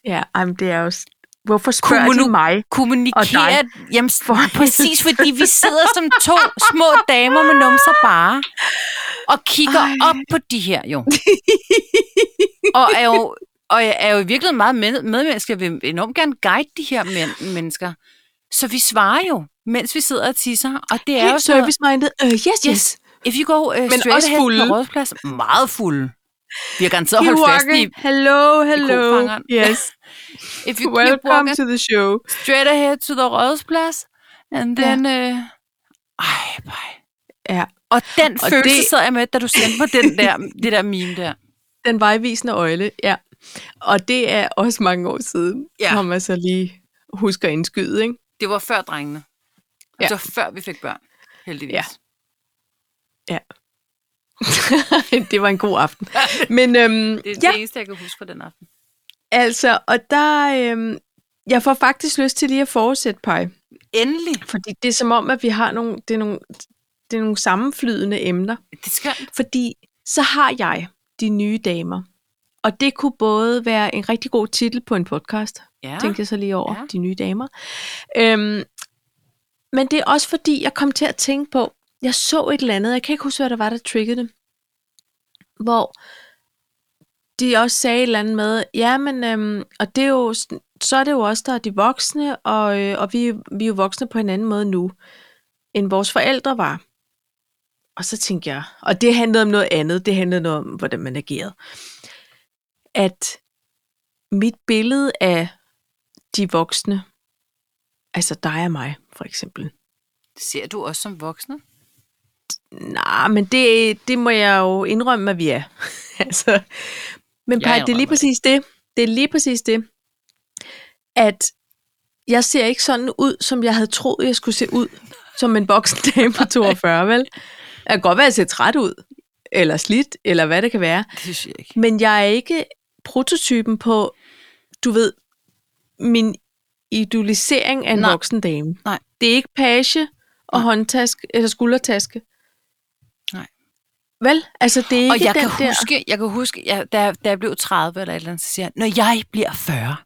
Speaker 1: Ja, jamen, det er jo... s- Hvorfor spørger
Speaker 2: Kommunu-
Speaker 1: de mig?
Speaker 2: Kommunikere,
Speaker 1: dig.
Speaker 2: jamen,
Speaker 1: For-
Speaker 2: præcis fordi vi sidder som to små damer med numser bare, og kigger Ej.
Speaker 1: Ej.
Speaker 2: op på de her jo. og er jo, og jeg er jo virkelig meget med, medmennesker, Jeg vil enormt gerne guide de her men, mennesker. Så vi svarer jo, mens vi sidder og tisser, og det er jo
Speaker 1: Helt
Speaker 2: sådan noget-
Speaker 1: service-minded. Uh, yes, yes.
Speaker 2: If you go uh, Men straight
Speaker 1: også
Speaker 2: ahead
Speaker 1: fulde.
Speaker 2: på rådspladsen, meget fulde. Vi har garanteret
Speaker 1: Keep
Speaker 2: holdt fast i,
Speaker 1: walking. Hello, hello.
Speaker 2: kofangeren.
Speaker 1: Yes,
Speaker 2: if you keep
Speaker 1: welcome
Speaker 2: walking
Speaker 1: to the show.
Speaker 2: straight ahead to the rådplads, and then... Ja. Uh, ej, bye.
Speaker 1: Ja,
Speaker 2: Og den og
Speaker 1: Og
Speaker 2: følelse det...
Speaker 1: det-
Speaker 2: sad jeg med, da du sendte mig den der, det der meme der.
Speaker 1: den vejvisende øjle, ja. Og det er også mange år siden,
Speaker 2: Ja.
Speaker 1: når man så lige husker indskyde, ikke?
Speaker 2: Det var før drengene. Ja.
Speaker 1: Ja.
Speaker 2: Det var før vi fik børn, heldigvis.
Speaker 1: Ja. det var en god aften. Men øhm,
Speaker 2: Det er
Speaker 1: ja,
Speaker 2: det eneste, jeg kan huske fra den aften.
Speaker 1: altså, og der... Øhm, jeg får faktisk lyst til lige at fortsætte, Paj.
Speaker 2: Endelig.
Speaker 1: Fordi det er som om, at vi har nogle, det er nogle, det er nogle sammenflydende emner.
Speaker 2: Det er skønt.
Speaker 1: Fordi så har jeg de nye damer. Og det kunne både være en rigtig god titel på en podcast,
Speaker 2: Ja.
Speaker 1: ja. tænkte jeg så lige over,
Speaker 2: Ja.
Speaker 1: ja. de nye damer. Øhm, men det er også fordi, jeg kom til at tænke på, jeg så et eller andet, jeg kan ikke huske, hvad der var, der triggede det, hvor de også sagde et eller andet med, ja, men, øhm, og det er jo, sådan- så er det jo også der er de voksne, og, øh, og vi, vi er jo voksne på en anden måde nu, end vores forældre var. Og så tænkte jeg, og det handlede om noget andet, det handlede noget om, hvordan man agerede, at mit billede af de voksne, altså dig og mig for eksempel.
Speaker 2: Det ser du også som voksne.
Speaker 1: Nej, men det, det må jeg jo indrømme, at vi er. altså, men
Speaker 2: Jeg
Speaker 1: Paj, det er
Speaker 2: indrømmer
Speaker 1: lige
Speaker 2: det.
Speaker 1: præcis det. Det er lige præcis det, at jeg ser ikke sådan ud, som jeg havde troet, jeg skulle se ud som en voksen dame på 42, vel? Jeg kan godt være, at jeg ser træt ud, eller slidt, eller hvad det kan være.
Speaker 2: Det synes jeg ikke.
Speaker 1: Men jeg er ikke prototypen på, du ved, min idolisering af en
Speaker 2: Nej.
Speaker 1: voksen dame.
Speaker 2: Nej.
Speaker 1: Det er ikke page og
Speaker 2: Nej.
Speaker 1: håndtaske eller skuldertaske.
Speaker 2: Nej.
Speaker 1: Vel? Altså, det er ikke
Speaker 2: og jeg
Speaker 1: den
Speaker 2: kan,
Speaker 1: der...
Speaker 2: huske, jeg kan huske, jeg, da, da jeg blev 30 eller et eller andet, så siger jeg, når jeg bliver 40,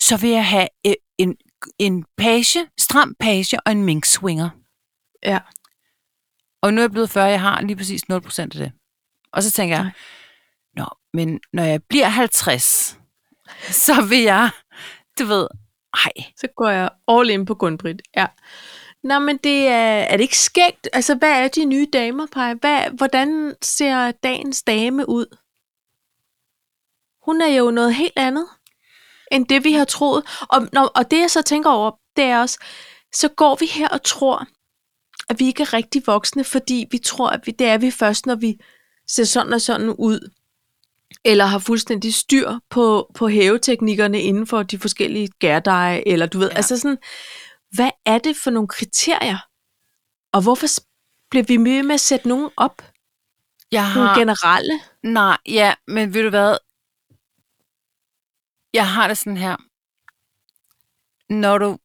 Speaker 2: så vil jeg have øh, en, en page, stram page og en minkswinger.
Speaker 1: Ja.
Speaker 2: Og nu er jeg blevet 40, jeg har lige præcis 0% af det. Og så tænker jeg,
Speaker 1: Nej.
Speaker 2: nå, men når jeg bliver 50, så vil jeg, du ved, Nej.
Speaker 1: Så går jeg all in på Gunbrit. Ja. Nå, men det er, er det ikke skægt? Altså, hvad er de nye damer, Paj? Hvad, hvordan ser dagens dame ud? Hun er jo noget helt andet, end det vi har troet. Og, når, og det jeg så tænker over, det er også, så går vi her og tror, at vi ikke er rigtig voksne, fordi vi tror, at vi, det er vi først, når vi ser sådan og sådan ud. Eller har fuldstændig styr på, på hæveteknikkerne inden for de forskellige gærdeje, eller du ved, ja.
Speaker 2: Ja.
Speaker 1: altså sådan, hvad er det for nogle kriterier? Og hvorfor s- bliver vi med med at sætte nogen op?
Speaker 2: Jeg
Speaker 1: Nogle
Speaker 2: har...
Speaker 1: generelle?
Speaker 2: Nej, ja, men ved du hvad? Jeg har det sådan her. Når du,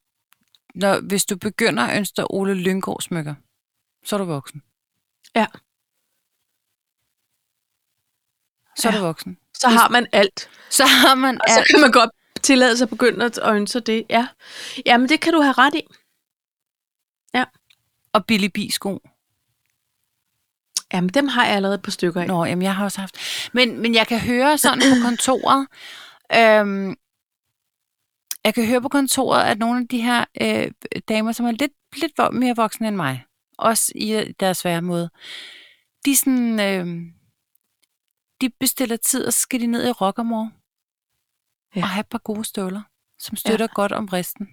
Speaker 2: når, hvis du begynder at ønske dig Ole Lyngård smykker, så er du voksen.
Speaker 1: Ja.
Speaker 2: Så er
Speaker 1: Ja.
Speaker 2: du voksen.
Speaker 1: Så har man alt.
Speaker 2: Så har man
Speaker 1: Og så kan man godt tillade sig at begynde at at ønske sig det. Ja. Jamen, det kan du have ret i.
Speaker 2: og Billy Bisko.
Speaker 1: Jamen, dem har jeg allerede på stykker af.
Speaker 2: Nå, jamen jeg har også haft. Men, men jeg kan høre sådan på kontoret, øhm, jeg kan høre på kontoret, at nogle af de her øh, damer, som er lidt, lidt vo- mere voksne end mig, også i deres svære måde, de, er sådan, øh, de bestiller tid, og så skal de ned i Rockermore
Speaker 1: Ja.
Speaker 2: ja. og have et par gode støvler, som støtter ja. godt om bristen.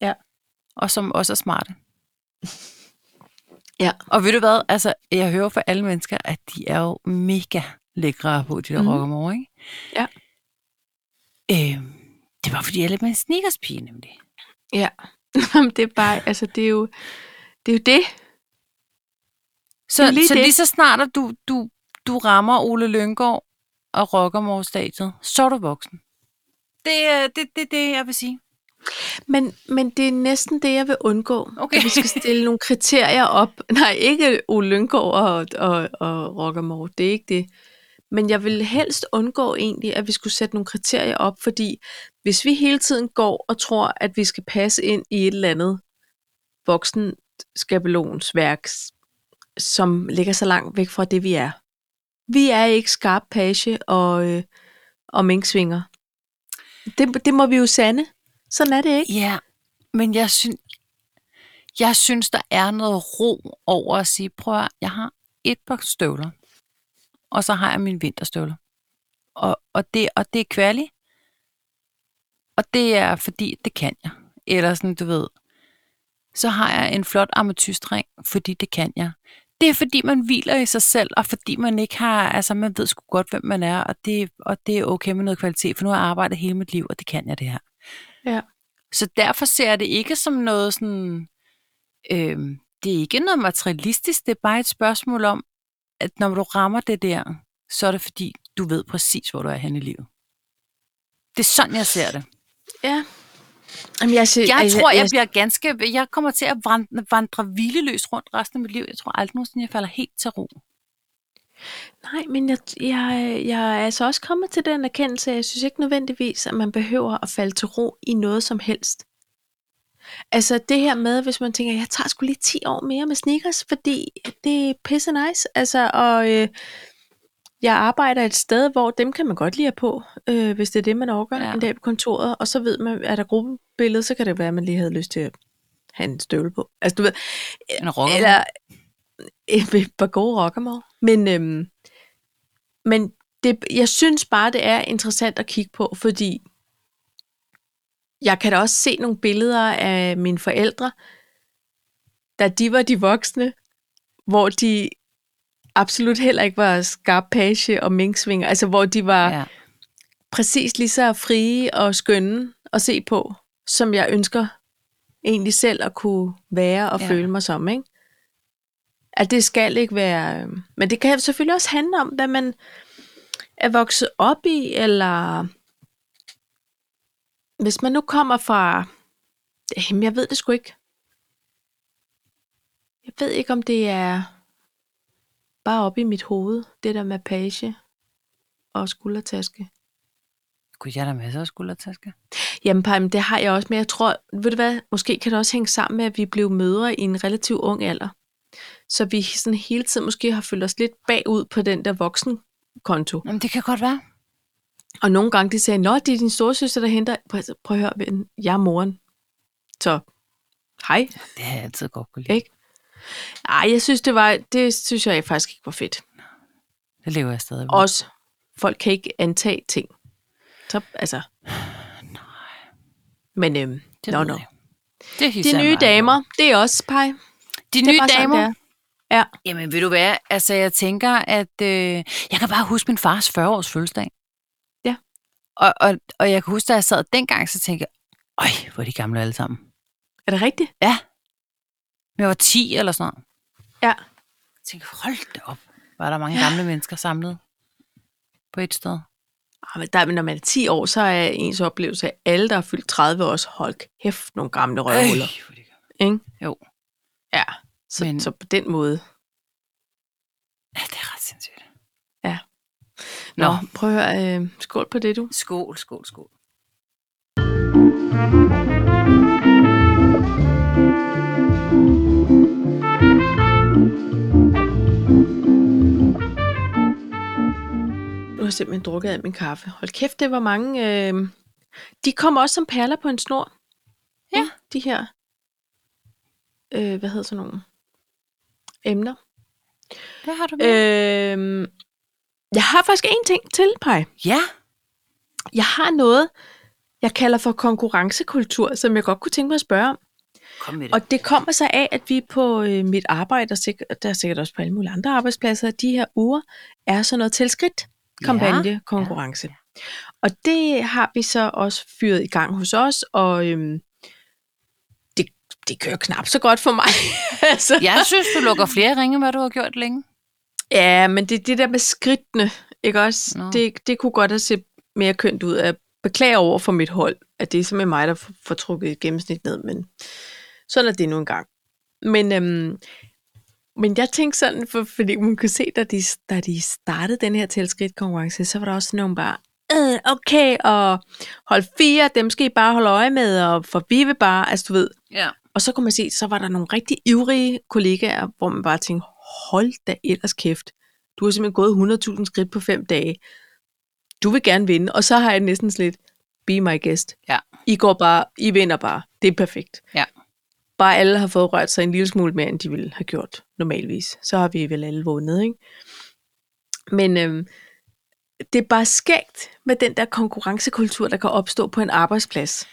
Speaker 1: Ja.
Speaker 2: Og som også er smarte.
Speaker 1: Ja.
Speaker 2: Og ved du hvad, altså, jeg hører fra alle mennesker, at de er jo mega lækre på de der
Speaker 1: Mhm.
Speaker 2: mm. rockermore, ikke?
Speaker 1: Ja.
Speaker 2: Øhm, det var, fordi jeg er lidt med en sneakerspige, nemlig.
Speaker 1: Ja. Jamen, det er bare, altså, det er jo det. Er jo det.
Speaker 2: Så,
Speaker 1: Det er
Speaker 2: lige,
Speaker 1: lige
Speaker 2: så
Speaker 1: det.
Speaker 2: lige så snart, at du, du, du rammer Ole Lyngård og rockermore-stadiet, så er du voksen. Det er det, det, det, jeg vil sige.
Speaker 1: Men, men det er næsten det, jeg vil undgå.
Speaker 2: Okay.
Speaker 1: At vi skal stille nogle kriterier op. Nej, ikke Ole Lyngård og, og, og Rockermore. Det er ikke det. Men jeg vil helst undgå egentlig, at vi skulle sætte nogle kriterier op, fordi hvis vi hele tiden går og tror, at vi skal passe ind i et eller andet voksen skabelonsværk, som ligger så langt væk fra det, vi er. Vi er ikke skarp page og, øh, og minksvinger. Det, det må vi jo sande. Sådan er det ikke.
Speaker 2: Ja, men jeg synes, jeg synes, der er noget ro over at sige, prøv at, høre, jeg har et par støvler, og så har jeg mine vinterstøvler. Og, og, det, og det er kvali, og det er fordi, det kan jeg. Eller sådan, du ved, så har jeg en flot ametystring, fordi det kan jeg. Det er fordi, man hviler i sig selv, og fordi man ikke har, altså man ved sgu godt, hvem man er, og det, og det er okay med noget kvalitet, for nu har jeg arbejdet hele mit liv, og det kan jeg det her. Så derfor ser jeg det ikke som noget sådan... Øh, det er ikke noget materialistisk, det er bare et spørgsmål om, at når du rammer det der, så er det fordi, du ved præcis, hvor du er henne i livet. Det er sådan, jeg ser det.
Speaker 1: Ja. Jamen, jeg, ser,
Speaker 2: Jeg
Speaker 1: altså,
Speaker 2: tror, Øh, jeg bliver ganske... Jeg kommer til at vandre, vandre hvileløs rundt resten af mit liv. Jeg tror aldrig nogensinde, jeg falder helt til ro.
Speaker 1: Nej, men jeg, jeg, jeg er altså også kommet til den erkendelse, at jeg synes ikke nødvendigvis, at man behøver at falde til ro i noget som helst. Altså det her med, hvis man tænker, jeg tager sgu lige 10 år mere med sneakers, fordi det er pisse nice. Altså, og øh, jeg arbejder et sted, hvor dem kan man godt lide at på, øh, hvis det er det, man overgår
Speaker 2: Ja.
Speaker 1: ja. en dag på kontoret. Og så ved man, er der gruppebillede, så kan det være, at man lige havde lyst til at have en støvle på. Altså du ved,
Speaker 2: En rocker.
Speaker 1: eller et par gode rockermor. Men, øhm, men det, jeg synes bare, det er interessant at kigge på, fordi jeg kan da også se nogle billeder af mine forældre, da de var de voksne, hvor de absolut heller ikke var skarpage og minksvinger, altså hvor de var ja.
Speaker 2: ja.
Speaker 1: præcis lige så frie og skønne at se på, som jeg ønsker egentlig selv at kunne være og
Speaker 2: Ja.
Speaker 1: ja. føle mig som, ikke? At det skal ikke være... øh, Men det kan selvfølgelig også handle om, hvad man er vokset op i, eller hvis man nu kommer fra... Jamen, jeg ved det sgu ikke. Jeg ved ikke, om det er bare op i mit hoved, det der med page og skuldertaske.
Speaker 2: Gud, jeg er der masser af skuldertasker.
Speaker 1: Jamen, Paj, men det har jeg også, men jeg tror, ved du hvad, måske kan det også hænge sammen med, at vi blev mødre i en relativt ung alder. Så vi sådan hele tiden måske har følt os lidt bagud på den der voksenkonto.
Speaker 2: Jamen, det kan godt være.
Speaker 1: Og nogle gange de sagde, nå, det er din storesøster, der henter. Prøv, prøv at høre, ven, jeg er moren. Så, hej.
Speaker 2: Det har jeg altid godt kunne lide.
Speaker 1: Ikke? Ej, jeg synes, det var, det synes jeg faktisk ikke var fedt.
Speaker 2: Det lever jeg stadig med.
Speaker 1: Også, folk kan ikke antage ting. Så, altså,
Speaker 2: Nej,
Speaker 1: men øhm,
Speaker 2: det
Speaker 1: Nå,
Speaker 2: ved
Speaker 1: nå.
Speaker 2: jeg. Det hisser
Speaker 1: de
Speaker 2: jeg
Speaker 1: nye
Speaker 2: mig
Speaker 1: damer, det er også pej.
Speaker 2: over. De
Speaker 1: Det er
Speaker 2: nye
Speaker 1: bare sådan,
Speaker 2: damer.
Speaker 1: det er. Ja,
Speaker 2: Jamen, vil du være? Altså, jeg tænker, at... Øh, jeg kan bare huske min fars 40-års fødselsdag.
Speaker 1: Ja.
Speaker 2: Og, og, og jeg kan huske, da jeg sad dengang, så tænkte jeg, øj, hvor er de gamle alle sammen.
Speaker 1: er det rigtigt?
Speaker 2: Men jeg var 10 eller sådan noget.
Speaker 1: Ja.
Speaker 2: Jeg tænkte, hold da op. Var der mange gamle mennesker samlet på et sted?
Speaker 1: Ah, men der, men når man er 10 år, så er ens oplevelse af alle, der er fyldt 30 år, også hold kæft, nogle gamle røvhuller.
Speaker 2: hvor de gamle.
Speaker 1: Ja, så,
Speaker 2: Men-
Speaker 1: men... så på den måde.
Speaker 2: Ja, det er ret sindssygt.
Speaker 1: Ja. Nå,
Speaker 2: Nå,
Speaker 1: Nå. prøv at høre, øh, skål på det, du.
Speaker 2: skål, skål, skål.
Speaker 1: Nu har jeg simpelthen drukket af min kaffe. Hold kæft, det var mange... Øh... De kom også som perler på en snor.
Speaker 2: Ja.
Speaker 1: Ikke? De her... Øh, hvad hedder sådan nogle? Emner.
Speaker 2: Hvad har du med? Øh.
Speaker 1: Øh... Jeg har faktisk en ting til, Paj.
Speaker 2: Ja,
Speaker 1: Jeg har noget, jeg kalder for konkurrencekultur, som jeg godt kunne tænke mig at spørge om.
Speaker 2: kom med det.
Speaker 1: Og det kommer så af, at vi på øh, mit arbejde, og sikkert, der er sikkert også på alle mulige andre arbejdspladser, de her uger er sådan noget tilskridt kampagne, konkurrence. Ja, Og det har vi så også fyret i gang hos os, og øhm, det, det kører knap så godt for mig. altså,
Speaker 2: Jeg synes, du lukker flere ringe, end hvad du har gjort længe.
Speaker 1: ja, men det, det der med skridtene, ikke også?
Speaker 2: Nå.
Speaker 1: Det, det kunne godt have set mere kønt ud. Jeg beklager over for mit hold, at det er simpelthen mig, der får- får trukket et gennemsnit ned, men sådan er det nu engang. Men, øhm, men jeg tænkte sådan, for, fordi man kunne se, da de, da de startede den her tilskridtkonkurrence, så var der også nogen bare, øh, okay, og hold fire, dem skal I bare holde øje med, og for vi vil bare, altså du ved.
Speaker 2: Ja.
Speaker 1: Og så kunne man se, så var der nogle rigtig ivrige kollegaer, hvor man bare tænkte, hold da ellers kæft, du har simpelthen gået 100.000 skridt på fem dage, du vil gerne vinde, og så har jeg næsten slet, be my guest.
Speaker 2: Ja.
Speaker 1: I går bare, I vinder bare, det er perfekt
Speaker 2: Ja.
Speaker 1: bare alle har fået rørt sig en lille smule mere, end de ville have gjort normalvis. Så har vi vel alle vundet, ikke? Men øhm, det er bare skægt med den der konkurrencekultur, der kan opstå på en arbejdsplads.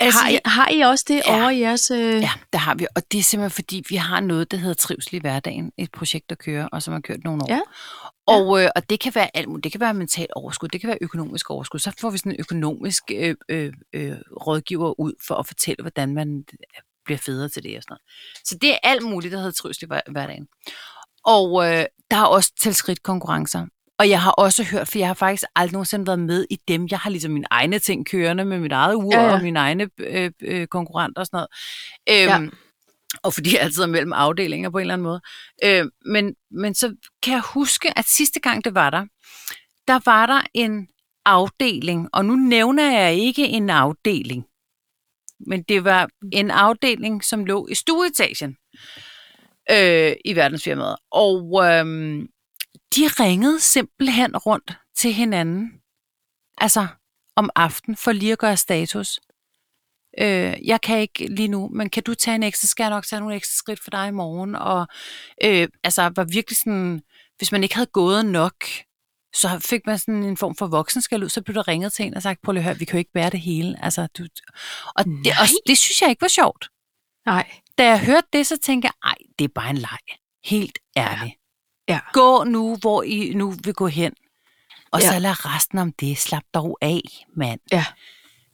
Speaker 1: Altså, har, I, har I også det
Speaker 2: Ja.
Speaker 1: ja. over i jeres... Øh...
Speaker 2: Ja, det har vi. Og det er simpelthen fordi, vi har noget, der hedder Trivsel i hverdagen. Et projekt, der kører, og som har kørt nogle år.
Speaker 1: Ja.
Speaker 2: Og, øh, og det kan være alt muligt. Det kan være mentalt overskud, det kan være økonomisk overskud. Så får vi sådan en økonomisk øh, øh, øh, rådgiver ud for at fortælle, hvordan man øh, bliver federe til det og sådan noget. Så det er alt muligt, der hedder Trivsel i hver- hverdagen. Og øh, der er også tilskridt konkurrencer. Og jeg har også hørt, for jeg har faktisk aldrig nogensinde været med i dem. Jeg har ligesom mine egne ting kørende med mit eget ur
Speaker 1: Ja,
Speaker 2: ja,
Speaker 1: ja.
Speaker 2: ja. og mine egne øh, øh, konkurrenter og sådan noget. Øhm, ja. Og fordi jeg altid er mellem afdelinger på en eller anden måde. Øhm, men, men så kan jeg huske, at sidste gang det var der, der var der en afdeling, og nu nævner jeg ikke en afdeling, men det var
Speaker 1: Mm.
Speaker 2: en afdeling, som lå i stueetagen øh, i verdensfirmaet. Og øhm, de ringede simpelthen rundt til hinanden, altså om aftenen, for lige at gøre status øh, jeg kan ikke lige nu, men kan du tage en ekstra, skal jeg nok tage nogle ekstra skridt for dig i morgen, og øh, altså var virkelig sådan, hvis man ikke havde gået nok, så fik man sådan en form for voksenskal ud, så blev der ringet til en og sagt, prøv lige at høre, vi kan jo ikke bære det hele, altså du, og det, og det synes jeg ikke var sjovt.
Speaker 1: Nej.
Speaker 2: Da jeg hørte det, så tænkte jeg, ej, det er bare en leg, helt ærligt.
Speaker 1: Ja.
Speaker 2: Gå nu, hvor I nu vil gå hen, og ja.
Speaker 1: Ja.
Speaker 2: så lad resten om det, slap dog af, mand.
Speaker 1: Ja.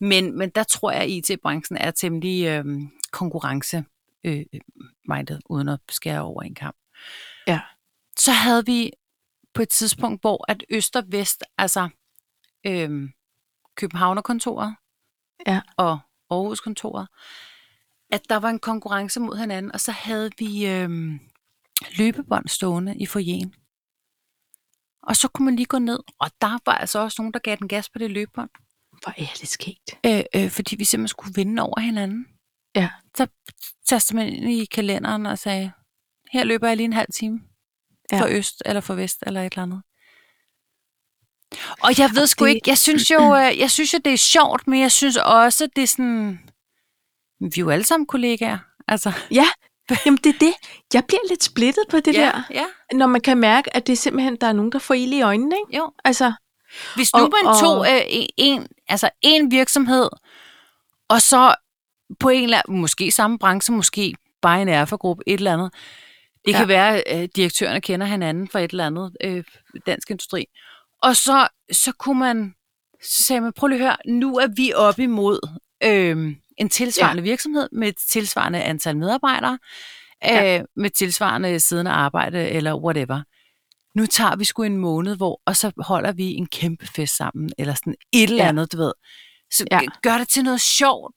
Speaker 2: Men, men der tror jeg, at IT-branchen er temmelig øh, konkurrence øh, minded, uden at skære over en kamp.
Speaker 1: Ja.
Speaker 2: Så havde vi på et tidspunkt, hvor at Øst og Vest, altså øh, Københavnerkontoret
Speaker 1: Ja.
Speaker 2: og Aarhuskontoret, at der var en konkurrence mod hinanden, og så havde vi øh, løbebånd stående i forjen. Og så kunne man lige gå ned, og der var altså også nogen, der gav den gas på det løbebånd
Speaker 1: Hvor er det skægt.
Speaker 2: øh, øh, fordi vi simpelthen skulle vinde over hinanden.
Speaker 1: Ja.
Speaker 2: Så tastede man ind i kalenderen og sagde, her løber jeg lige en halv time
Speaker 1: Ja.
Speaker 2: ja. for øst eller for vest eller et eller andet. Og jeg ved sgu
Speaker 1: det-
Speaker 2: ikke, jeg synes, jo, øh, jeg synes jo, det er sjovt, men jeg synes også, det er sådan, vi er jo alle sammen kollegaer. Altså,
Speaker 1: Ja, jamen det er det. Jeg bliver lidt splittet på det
Speaker 2: ja,
Speaker 1: ja. der,
Speaker 2: ja,
Speaker 1: når man kan mærke, at det er simpelthen, der er nogen, der får ild i øjnene, ikke?
Speaker 2: jo.
Speaker 1: Altså,
Speaker 2: Hvis nu
Speaker 1: Og-
Speaker 2: man
Speaker 1: og-
Speaker 2: tog øh, en- en, altså en virksomhed, og så på en eller anden, måske samme branche, måske bare en erfagruppe, et eller andet. Det
Speaker 1: Ja.
Speaker 2: kan være, øh, direktørerne kender hinanden fra et eller andet øh, dansk industri. Og så, så kunne man, så sagde man, prøv lige at høre, nu er vi op imod øh, en tilsvarende ja. virksomhed med et tilsvarende antal medarbejdere, øh,
Speaker 1: Ja.
Speaker 2: med tilsvarende siddende arbejde eller whatever nu tager vi sgu en måned, hvor, og så holder vi en kæmpe fest sammen, eller sådan et eller
Speaker 1: Ja.
Speaker 2: andet, du ved. Så
Speaker 1: Ja.
Speaker 2: ja. gør det til noget sjovt.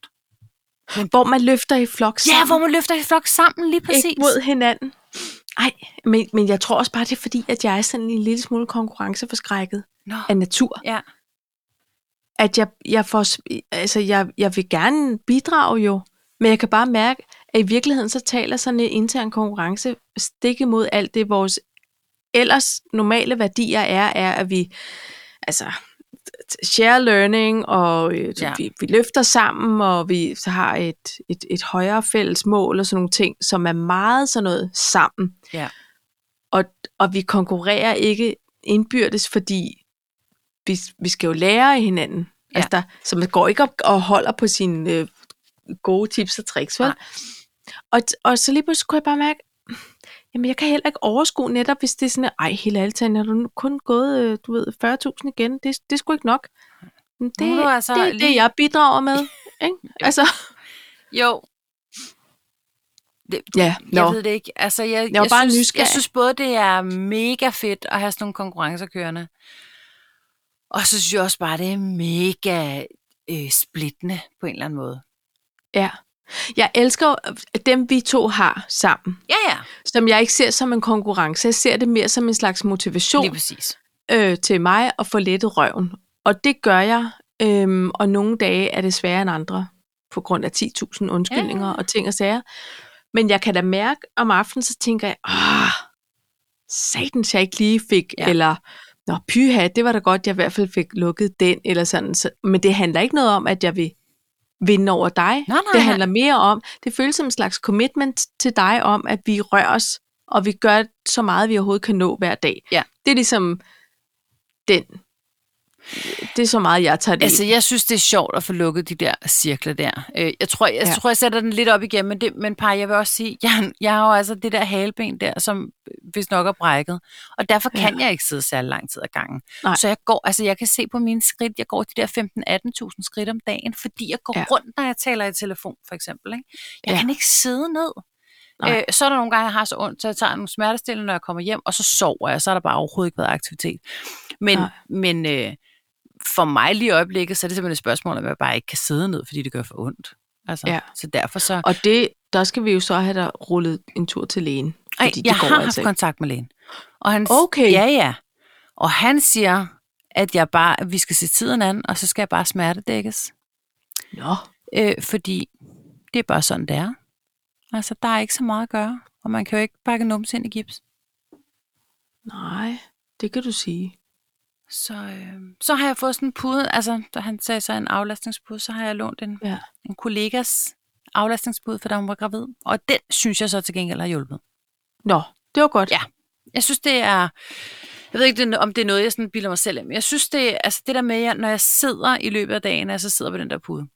Speaker 1: hvor man løfter i flok
Speaker 2: Ja,
Speaker 1: sammen,
Speaker 2: hvor man løfter i flok sammen, lige præcis.
Speaker 1: ikke mod hinanden. Ej, men, men jeg tror også bare, det er fordi, at jeg er sådan en lille smule konkurrenceforskrækket
Speaker 2: Nå.
Speaker 1: af natur.
Speaker 2: Ja.
Speaker 1: At jeg, jeg, får, sp- altså, jeg, jeg vil gerne bidrage jo, men jeg kan bare mærke, at i virkeligheden så taler sådan en intern konkurrence stik imod alt det, vores ellers normale værdier er, er at vi altså t- share learning, og øh,
Speaker 2: Ja.
Speaker 1: ja. vi, vi løfter sammen, og vi har et, et, et højere fælles mål og sådan nogle ting, som er meget sådan noget sammen.
Speaker 2: Ja.
Speaker 1: Og, og vi konkurrerer ikke indbyrdes, fordi vi, vi skal jo lære af hinanden.
Speaker 2: Ja.
Speaker 1: Ja. Altså der, så man går ikke op og holder på sine øh, gode tips og tricks, vel?
Speaker 2: Nej.
Speaker 1: Og, og så lige pludselig kunne jeg bare mærke, jamen jeg kan heller ikke overskue netop, hvis det er sådan, ej, hele altagen, har du nu kun gået, øh, du ved, 40.000 igen, det, det er sgu ikke nok. Men
Speaker 2: Nu
Speaker 1: det,
Speaker 2: må du altså
Speaker 1: altså det er
Speaker 2: lige-
Speaker 1: det, jeg bidrager med. Ikke? altså,
Speaker 2: Jo. Det,
Speaker 1: ja,
Speaker 2: jeg
Speaker 1: nå.
Speaker 2: ved det ikke. Altså, jeg,
Speaker 1: var
Speaker 2: jeg,
Speaker 1: bare
Speaker 2: synes,
Speaker 1: nysgerrig.
Speaker 2: jeg synes både, det er mega fedt at have sådan nogle konkurrencer kørende, og så synes jeg også bare, det er mega øh, splittende på en eller anden måde.
Speaker 1: Ja. Jeg elsker jo øh, dem, vi to har sammen,
Speaker 2: Ja, ja.
Speaker 1: som jeg ikke ser som en konkurrence. Jeg ser det mere som en slags
Speaker 2: Lige
Speaker 1: motivation
Speaker 2: præcis.
Speaker 1: øh, til mig at få lettet røven. Og det gør jeg, øhm, og nogle dage er det sværere end andre, på grund af 10.000 undskyldninger
Speaker 2: Ja.
Speaker 1: ja. og ting og sager. Men jeg kan da mærke, om aftenen så tænker jeg, åh, satans, jeg ikke lige fik,
Speaker 2: Ja.
Speaker 1: ja. eller nå, pyha, det var da godt, jeg i hvert fald fik lukket den, eller sådan. Så, men det handler ikke noget om, at jeg vil vinde over dig.
Speaker 2: Nå, nej,
Speaker 1: det
Speaker 2: nej.
Speaker 1: handler mere om, det føles som en slags commitment til dig om, at vi rører os, og vi gør så meget, vi overhovedet kan nå hver dag.
Speaker 2: Ja.
Speaker 1: Det er ligesom den. Det er så meget, jeg tager det
Speaker 2: Altså,
Speaker 1: altså,
Speaker 2: jeg synes, det er sjovt at få lukket de der cirkler der. Øh, Jeg tror, jeg, ja.
Speaker 1: Ja.
Speaker 2: tror, jeg sætter den lidt op igen, men, det, men par, jeg vil også sige, jeg, jeg har jo altså det der haleben der, som hvis nok er brækket, og derfor kan ja. jeg ikke sidde særlig lang tid ad gangen.
Speaker 1: Nej.
Speaker 2: Så jeg går, altså jeg kan se på mine skridt, jeg går de der 15-18.000 skridt om dagen, fordi jeg går ja.
Speaker 1: Ja.
Speaker 2: rundt, når jeg taler i telefon, for eksempel. Ikke? Jeg ja.
Speaker 1: Ja.
Speaker 2: kan ikke sidde ned.
Speaker 1: Nej.
Speaker 2: Øh, så er der nogle gange, jeg har så ondt, så jeg tager nogle smertestillende, når jeg kommer hjem, og så sover jeg, så er der bare overhovedet ikke været aktivitet. Men,
Speaker 1: Nej.
Speaker 2: men øh, for mig lige i øjeblikket, så er det simpelthen et spørgsmål, om jeg bare ikke kan sidde ned, fordi det gør for ondt. Altså,
Speaker 1: Ja.
Speaker 2: Så derfor så...
Speaker 1: Og det, der skal vi jo så have der rullet en tur til lægen.
Speaker 2: Ej,
Speaker 1: Fordi
Speaker 2: jeg
Speaker 1: det går
Speaker 2: har
Speaker 1: altså
Speaker 2: haft
Speaker 1: ikke.
Speaker 2: kontakt med lægen. Og han, s-
Speaker 1: Okay.
Speaker 2: Ja, ja. Og han siger, at jeg bare, at vi skal se tiden an, og så skal jeg bare smertedækkes.
Speaker 1: Nå,
Speaker 2: Øh, fordi det er bare sådan, det er. Altså, der er ikke så meget at gøre. Og man kan jo ikke pakke numse ind i gips.
Speaker 1: nej, det kan du sige.
Speaker 2: Så, øh, så har jeg fået sådan en pude, altså da han sagde så en aflastningspude, så har jeg lånt en,
Speaker 1: Ja.
Speaker 2: en kollegas aflastningspude, for da hun var gravid. Og den synes jeg så til gengæld har hjulpet.
Speaker 1: Nå, det var godt.
Speaker 2: Ja. Jeg synes, det er... Jeg ved ikke, det er- om det er noget, jeg sådan bilder mig selv ind, men jeg synes, det er, altså det der med, at jeg- når jeg sidder i løbet af dagen, altså sidder på den der pude,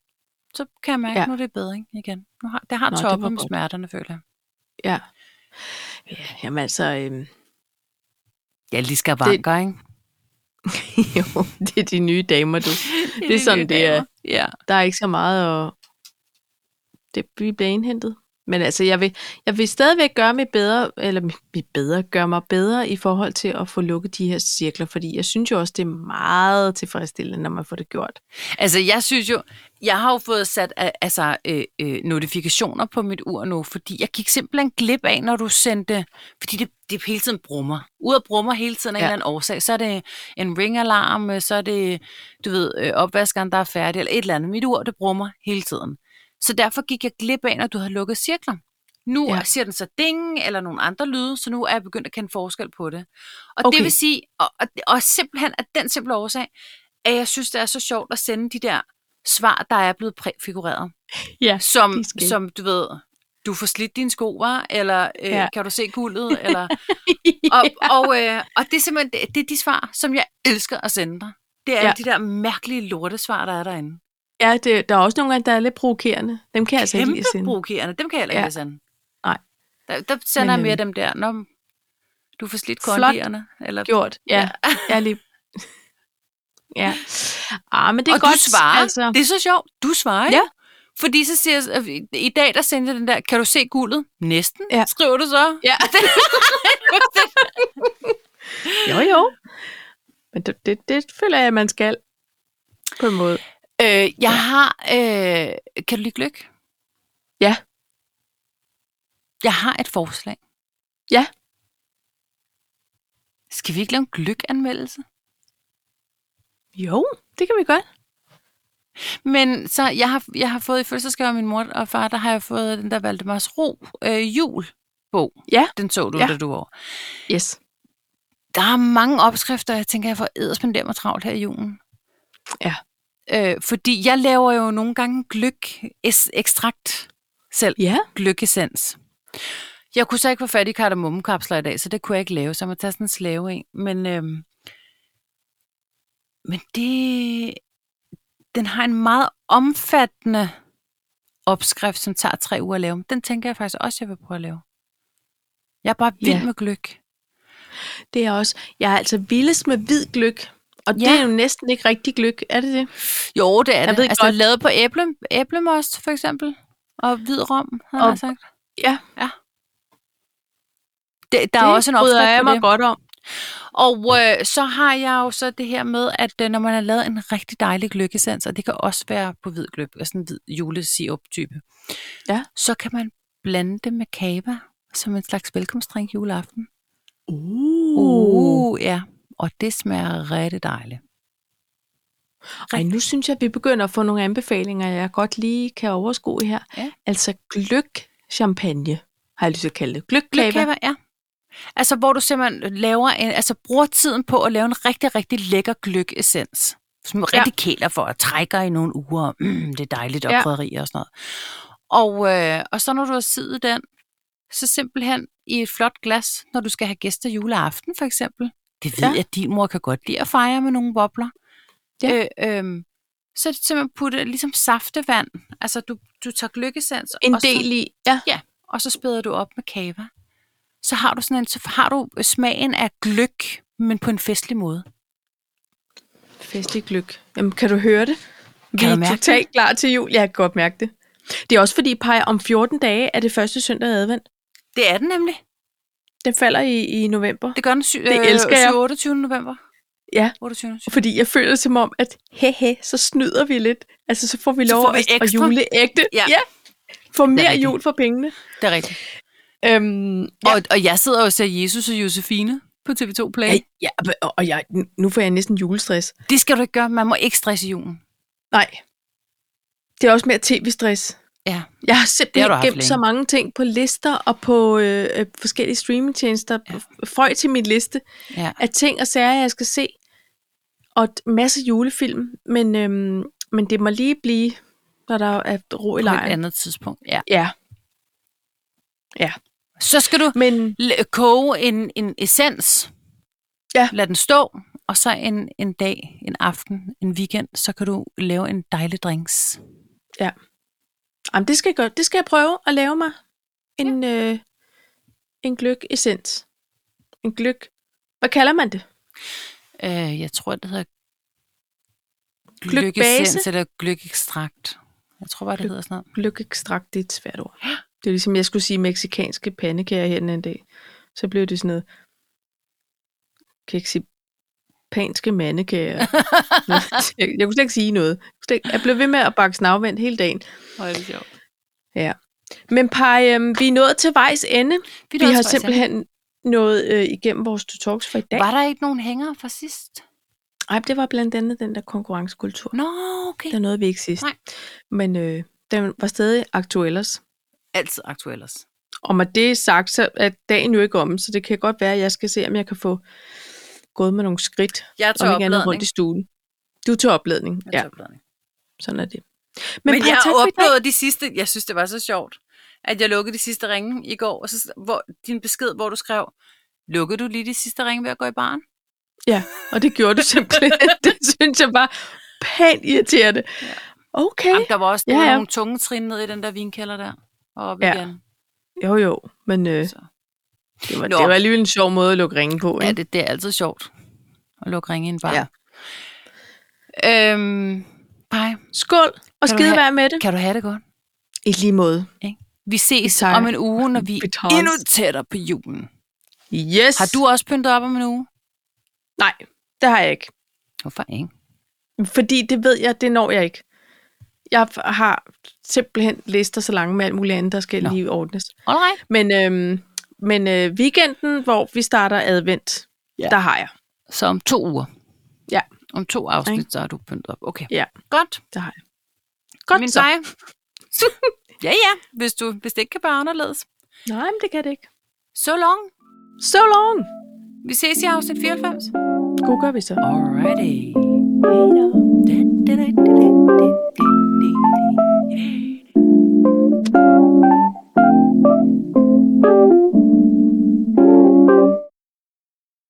Speaker 2: så kan jeg mærke,
Speaker 1: Ja.
Speaker 2: ja. nu er det bedre ikke? igen. Nu har, det har
Speaker 1: Nå, det
Speaker 2: toppet
Speaker 1: var
Speaker 2: med
Speaker 1: godt.
Speaker 2: smerterne, føler jeg.
Speaker 1: ja. ja jamen altså, øhm,
Speaker 2: Jeg lige skal banker, ikke?
Speaker 1: jo, det er de nye damer, du. Det er sådan, det er.
Speaker 2: Ja.
Speaker 1: Der er ikke så meget at... Det, vi bliver indhentet. Men altså, jeg vil, jeg vil stadigvæk gøre mig bedre, eller mit- mit bedre, gøre mig bedre i forhold til at få lukket de her cirkler, fordi jeg synes jo også, det er meget tilfredsstillende, når man får det gjort.
Speaker 2: Altså, jeg synes jo, jeg har jo fået sat øh, altså, øh, øh, notifikationer på mit ur nu, fordi jeg gik simpelthen glip af, når du sendte, fordi det, det hele tiden brummer. Uret brummer hele tiden af ja. en
Speaker 1: Ja.
Speaker 2: eller anden årsag. Så er det en ringalarm, øh, så er det, du ved, øh, opvaskeren, der er færdig, eller et eller andet. Mit ur, det brummer hele tiden. Så derfor gik jeg glip af, når du havde lukket cirkler. Nu
Speaker 1: Ja.
Speaker 2: ja. siger den så ding, eller nogle andre lyde, så nu er jeg begyndt at kende forskel på det. Og okay.
Speaker 1: Okay.
Speaker 2: det vil sige, og, og, og simpelthen af den simple årsag, at jeg synes, det er så sjovt at sende de der svar, der er blevet præfigureret.
Speaker 1: Ja, de
Speaker 2: Som,
Speaker 1: er skægt.
Speaker 2: som du ved, du får slidt dine sko, var, eller øh,
Speaker 1: Ja.
Speaker 2: ja. kan du se guldet, eller og, og, øh, og det er simpelthen det, det er de svar, som jeg elsker at sende dig. Det er
Speaker 1: Ja.
Speaker 2: ja. de der mærkelige lortesvar, der er derinde.
Speaker 1: ja det, der er også nogle gange, der er lidt provokerende. Dem kan jeg altså ikke
Speaker 2: Kæmpe
Speaker 1: lide at sende.
Speaker 2: provokerende. Dem kan jeg heller ikke
Speaker 1: Ja.
Speaker 2: ja. sende.
Speaker 1: Nej.
Speaker 2: Der, der sender
Speaker 1: Men,
Speaker 2: jeg mere dem
Speaker 1: øhm,
Speaker 2: der. Nå, du får slidt
Speaker 1: flot
Speaker 2: kondierne. Eller,
Speaker 1: Gjort, ja. Jeg er lige... ja. Ah, men det er
Speaker 2: og
Speaker 1: godt.
Speaker 2: du svarer.
Speaker 1: Altså,
Speaker 2: Det er så sjovt. Du svarer
Speaker 1: Ja.
Speaker 2: jo. Fordi så siger jeg, i- i dag der sendte jeg den der, kan du se guldet? Næsten,
Speaker 1: Ja.
Speaker 2: ja. skriver du så.
Speaker 1: Ja. jo, jo. Men det, det, det føler jeg, at man skal. På en måde.
Speaker 2: Øh, jeg har, øh, kan du lide gløk?
Speaker 1: Ja.
Speaker 2: Jeg har et forslag.
Speaker 1: Ja.
Speaker 2: Skal vi ikke lave en gløk-anmeldelse?
Speaker 1: Jo, det kan vi godt.
Speaker 2: Men så, jeg har, jeg har fået i fødselsdagsgave af min mor og far, der har jeg fået den der Valdemars Ro øh, julbog.
Speaker 1: Ja.
Speaker 2: Den så du,
Speaker 1: Ja.
Speaker 2: ja. da du var over.
Speaker 1: Yes.
Speaker 2: Der er mange opskrifter, jeg tænker, jeg får edderspendere mig travlt her i julen.
Speaker 1: Ja.
Speaker 2: Øh, fordi jeg laver jo nogle gange gløk-ekstrakt selv.
Speaker 1: Ja.
Speaker 2: gløkkesens. Jeg kunne så ikke få fat i kardemommekapsler i dag, så det kunne jeg ikke lave, så jeg må tage sådan en slave en. Men, øhm, men det, den har en meget omfattende opskrift, som tager tre uger at lave. Den tænker jeg faktisk også, jeg vil prøve at lave. Jeg er bare vild
Speaker 1: Ja.
Speaker 2: ja. med gløk.
Speaker 1: Det er også... Jeg er altså vildest med hvid gløk. Og ja. det
Speaker 2: Ja.
Speaker 1: er jo næsten ikke rigtig gløk, er det det?
Speaker 2: Jo, det er jeg det.
Speaker 1: ved
Speaker 2: altså,
Speaker 1: godt-
Speaker 2: lavet på æble, æblemost, for eksempel. Og hvid rom, har
Speaker 1: Og-
Speaker 2: jeg sagt.
Speaker 1: ja.
Speaker 2: ja. Det, der er
Speaker 1: det
Speaker 2: også en
Speaker 1: bryder
Speaker 2: opskrift
Speaker 1: jeg
Speaker 2: på
Speaker 1: mig
Speaker 2: det.
Speaker 1: godt om.
Speaker 2: Og øh, så har jeg jo så det her med, at øh, når man har lavet en rigtig dejlig gløkkesans, og det kan også være på hvid gløb, altså en hvid julesirup-type,
Speaker 1: Ja.
Speaker 2: så kan man blande det med kava som en slags velkomstdrink juleaften.
Speaker 1: Uh.
Speaker 2: ja. Og det smager rigtig dejligt.
Speaker 1: Ej, nu synes jeg, at vi begynder at få nogle anbefalinger, jeg godt lige kan overskue her.
Speaker 2: Ja.
Speaker 1: Altså gløk champagne, har jeg lyst til at kalde det. Gløk
Speaker 2: Gløkkava, ja. Altså, hvor du simpelthen laver en, altså, bruger tiden på at lave en rigtig, rigtig lækker gløkkessens. Som
Speaker 1: Ja.
Speaker 2: rigtig kæler for at trække i nogle uger. Mm, det er dejligt, og
Speaker 1: Ja.
Speaker 2: ja. krydderier og sådan noget. Og, øh, og så når du har siddet den, så simpelthen i et flot glas, når du skal have gæster juleaften for eksempel. Det ved
Speaker 1: Ja.
Speaker 2: ja. jeg, at din mor kan godt lide at fejre med nogle bobler.
Speaker 1: Ja.
Speaker 2: Øh, øh, så er det simpelthen putte ligesom saftevand. Altså, du, du tager gløkkesens.
Speaker 1: En
Speaker 2: og så-
Speaker 1: del i, ja.
Speaker 2: og så spæder du op med kava. Så har du sådan en, så har du smagen af gløk, men på en festlig måde.
Speaker 1: Festlig gløk. Jamen, kan du høre det?
Speaker 2: Kan
Speaker 1: vi
Speaker 2: du mærke
Speaker 1: er totalt klar til jul. Jeg kan godt mærke det. Det er også fordi, Paj, om 14 dage er det første søndag i advent.
Speaker 2: Det er den nemlig.
Speaker 1: Den falder i, i november.
Speaker 2: Det gør den sy-
Speaker 1: Det elsker jeg.
Speaker 2: øh, 28. november.
Speaker 1: Ja.
Speaker 2: 28. november.
Speaker 1: Fordi jeg føler som om, at hehe, så snyder vi lidt. Altså, så får vi
Speaker 2: Så
Speaker 1: lov
Speaker 2: får
Speaker 1: at,
Speaker 2: vi
Speaker 1: at
Speaker 2: ekstra.
Speaker 1: juleægte.
Speaker 2: Ja.
Speaker 1: ja. Få
Speaker 2: Det er
Speaker 1: mere
Speaker 2: rigtigt.
Speaker 1: jul for pengene.
Speaker 2: Det er rigtigt.
Speaker 1: Øhm,
Speaker 2: Ja. Og, og jeg sidder og ser Jesus og Josefine på TV2 Play.
Speaker 1: Ja, ja og- og jeg, nu får jeg næsten julestress.
Speaker 2: Det skal du ikke gøre. Man må ikke stresse i julen.
Speaker 1: Nej. Det er også mere tv-stress.
Speaker 2: Ja.
Speaker 1: Jeg har
Speaker 2: Det har
Speaker 1: simpelthen
Speaker 2: du haft
Speaker 1: gemt
Speaker 2: længe.
Speaker 1: så mange ting på lister og på øh, øh, forskellige streamingtjenester. Ja.
Speaker 2: Ja.
Speaker 1: Frøj til min liste
Speaker 2: Ja.
Speaker 1: af ting og sager, jeg skal se. Og et masse julefilm. Men, øhm, men det må lige blive, når der er ro
Speaker 2: På
Speaker 1: i
Speaker 2: et
Speaker 1: lejren.
Speaker 2: andet tidspunkt. Ja.
Speaker 1: Ja.
Speaker 2: Så skal du
Speaker 1: Men
Speaker 2: l- koge en, en essens.
Speaker 1: Ja.
Speaker 2: Lad den stå. Og så en, en dag, en aften, en weekend, så kan du lave en dejlig drinks.
Speaker 1: jamen, det, skal jeg godt, det skal jeg prøve at lave mig. En, ja. øh, en gløk essens. En gløk. Hvad kalder man det?
Speaker 2: Øh, jeg tror, det hedder
Speaker 1: Gløk-base?
Speaker 2: gløkkessens eller gløkekstrakt. Jeg tror bare, det hedder sådan noget.
Speaker 1: Gløkekstrakt, det er et svært ord. Det er ligesom, jeg skulle sige meksikanske pandekager her den anden dag. Så blev det sådan noget... Jeg kan ikke sige panske mandekager. Nå, jeg, jeg kunne slet ikke sige noget. Jeg, kunne slet ikke, jeg blev ved med at bakke snavvendt hele dagen.
Speaker 2: Hvor er det sjovt.
Speaker 1: Men Paj, øhm, vi er nået til vejs ende.
Speaker 2: Vi,
Speaker 1: Vi har simpelthen nået øh, igennem vores to talks for i dag.
Speaker 2: Var der ikke nogen hænger fra sidst?
Speaker 1: Nej, det var blandt andet den der konkurrencekultur.
Speaker 2: Nå, okay.
Speaker 1: Der nåede vi ikke sidst.
Speaker 2: Nej.
Speaker 1: Men øh, den var stadig aktuel os.
Speaker 2: Altid aktuelt.
Speaker 1: Og med det sagt, så er dagen jo ikke om, så det kan godt være, at jeg skal se, om jeg kan få gået med nogle skridt,
Speaker 2: Jeg
Speaker 1: om
Speaker 2: tager
Speaker 1: ikke andet rundt
Speaker 2: opladning.
Speaker 1: i stuen. Du er til opladning,
Speaker 2: Jeg
Speaker 1: ja,
Speaker 2: tager opladning.
Speaker 1: sådan er det.
Speaker 2: Men, Men
Speaker 1: Paj,
Speaker 2: jeg
Speaker 1: tak for i dag.
Speaker 2: oplevede de sidste, jeg synes det var så sjovt, at jeg lukkede de sidste ringe i går, og så, hvor, din besked, hvor du skrev, lukkede du lige de sidste ringe ved at gå i barn?
Speaker 1: Og det gjorde du simpelthen. det synes jeg bare pænt irriterende. Okay.
Speaker 2: Jamen, der var også
Speaker 1: Ja,
Speaker 2: ja,
Speaker 1: ja.
Speaker 2: ja. nogle tunge trin ned i den der vinkælder der, og op
Speaker 1: Ja.
Speaker 2: ja. igen.
Speaker 1: Jo, jo. Men øh,
Speaker 2: Så.
Speaker 1: det, var,
Speaker 2: Nå.
Speaker 1: det var alligevel en sjov måde at lukke ringen på.
Speaker 2: Ja,
Speaker 1: Ikke?
Speaker 2: det, det er altid sjovt at lukke ringe i en barn.
Speaker 1: Ja.
Speaker 2: Ja. Øhm, Paj,
Speaker 1: Skål, og
Speaker 2: Kan du
Speaker 1: skide
Speaker 2: have-
Speaker 1: være med det.
Speaker 2: kan du have det godt?
Speaker 1: I lige måde.
Speaker 2: Vi ses
Speaker 1: tager
Speaker 2: om en uge, når vi
Speaker 1: betons.
Speaker 2: er endnu tættere på julen.
Speaker 1: Yes.
Speaker 2: Har du også pyntet op om en uge?
Speaker 1: Nej, det har jeg ikke.
Speaker 2: Hvorfor ikke?
Speaker 1: Fordi det ved jeg, det når jeg ikke. Jeg har simpelthen lister så lange med alt muligt andet, der skal
Speaker 2: Nå.
Speaker 1: lige ordnes.
Speaker 2: Alright.
Speaker 1: Men, øhm, men øh, weekenden, hvor vi starter advent, ja.
Speaker 2: Ja.
Speaker 1: der har jeg.
Speaker 2: Så om to uger.
Speaker 1: Ja.
Speaker 2: Om to afsnit, så er du pyntet op. Okay.
Speaker 1: Ja.
Speaker 2: Godt.
Speaker 1: Det har jeg. Godt
Speaker 2: Min
Speaker 1: så.
Speaker 2: Paj. ja, ja. Hvis, du, hvis det ikke kan være anderledes.
Speaker 1: Nej, men det kan det ikke.
Speaker 2: So long.
Speaker 1: So long!
Speaker 2: Vi ses i afsnit 94.
Speaker 1: God gør vi så.
Speaker 2: Alrighty.
Speaker 1: Hej da.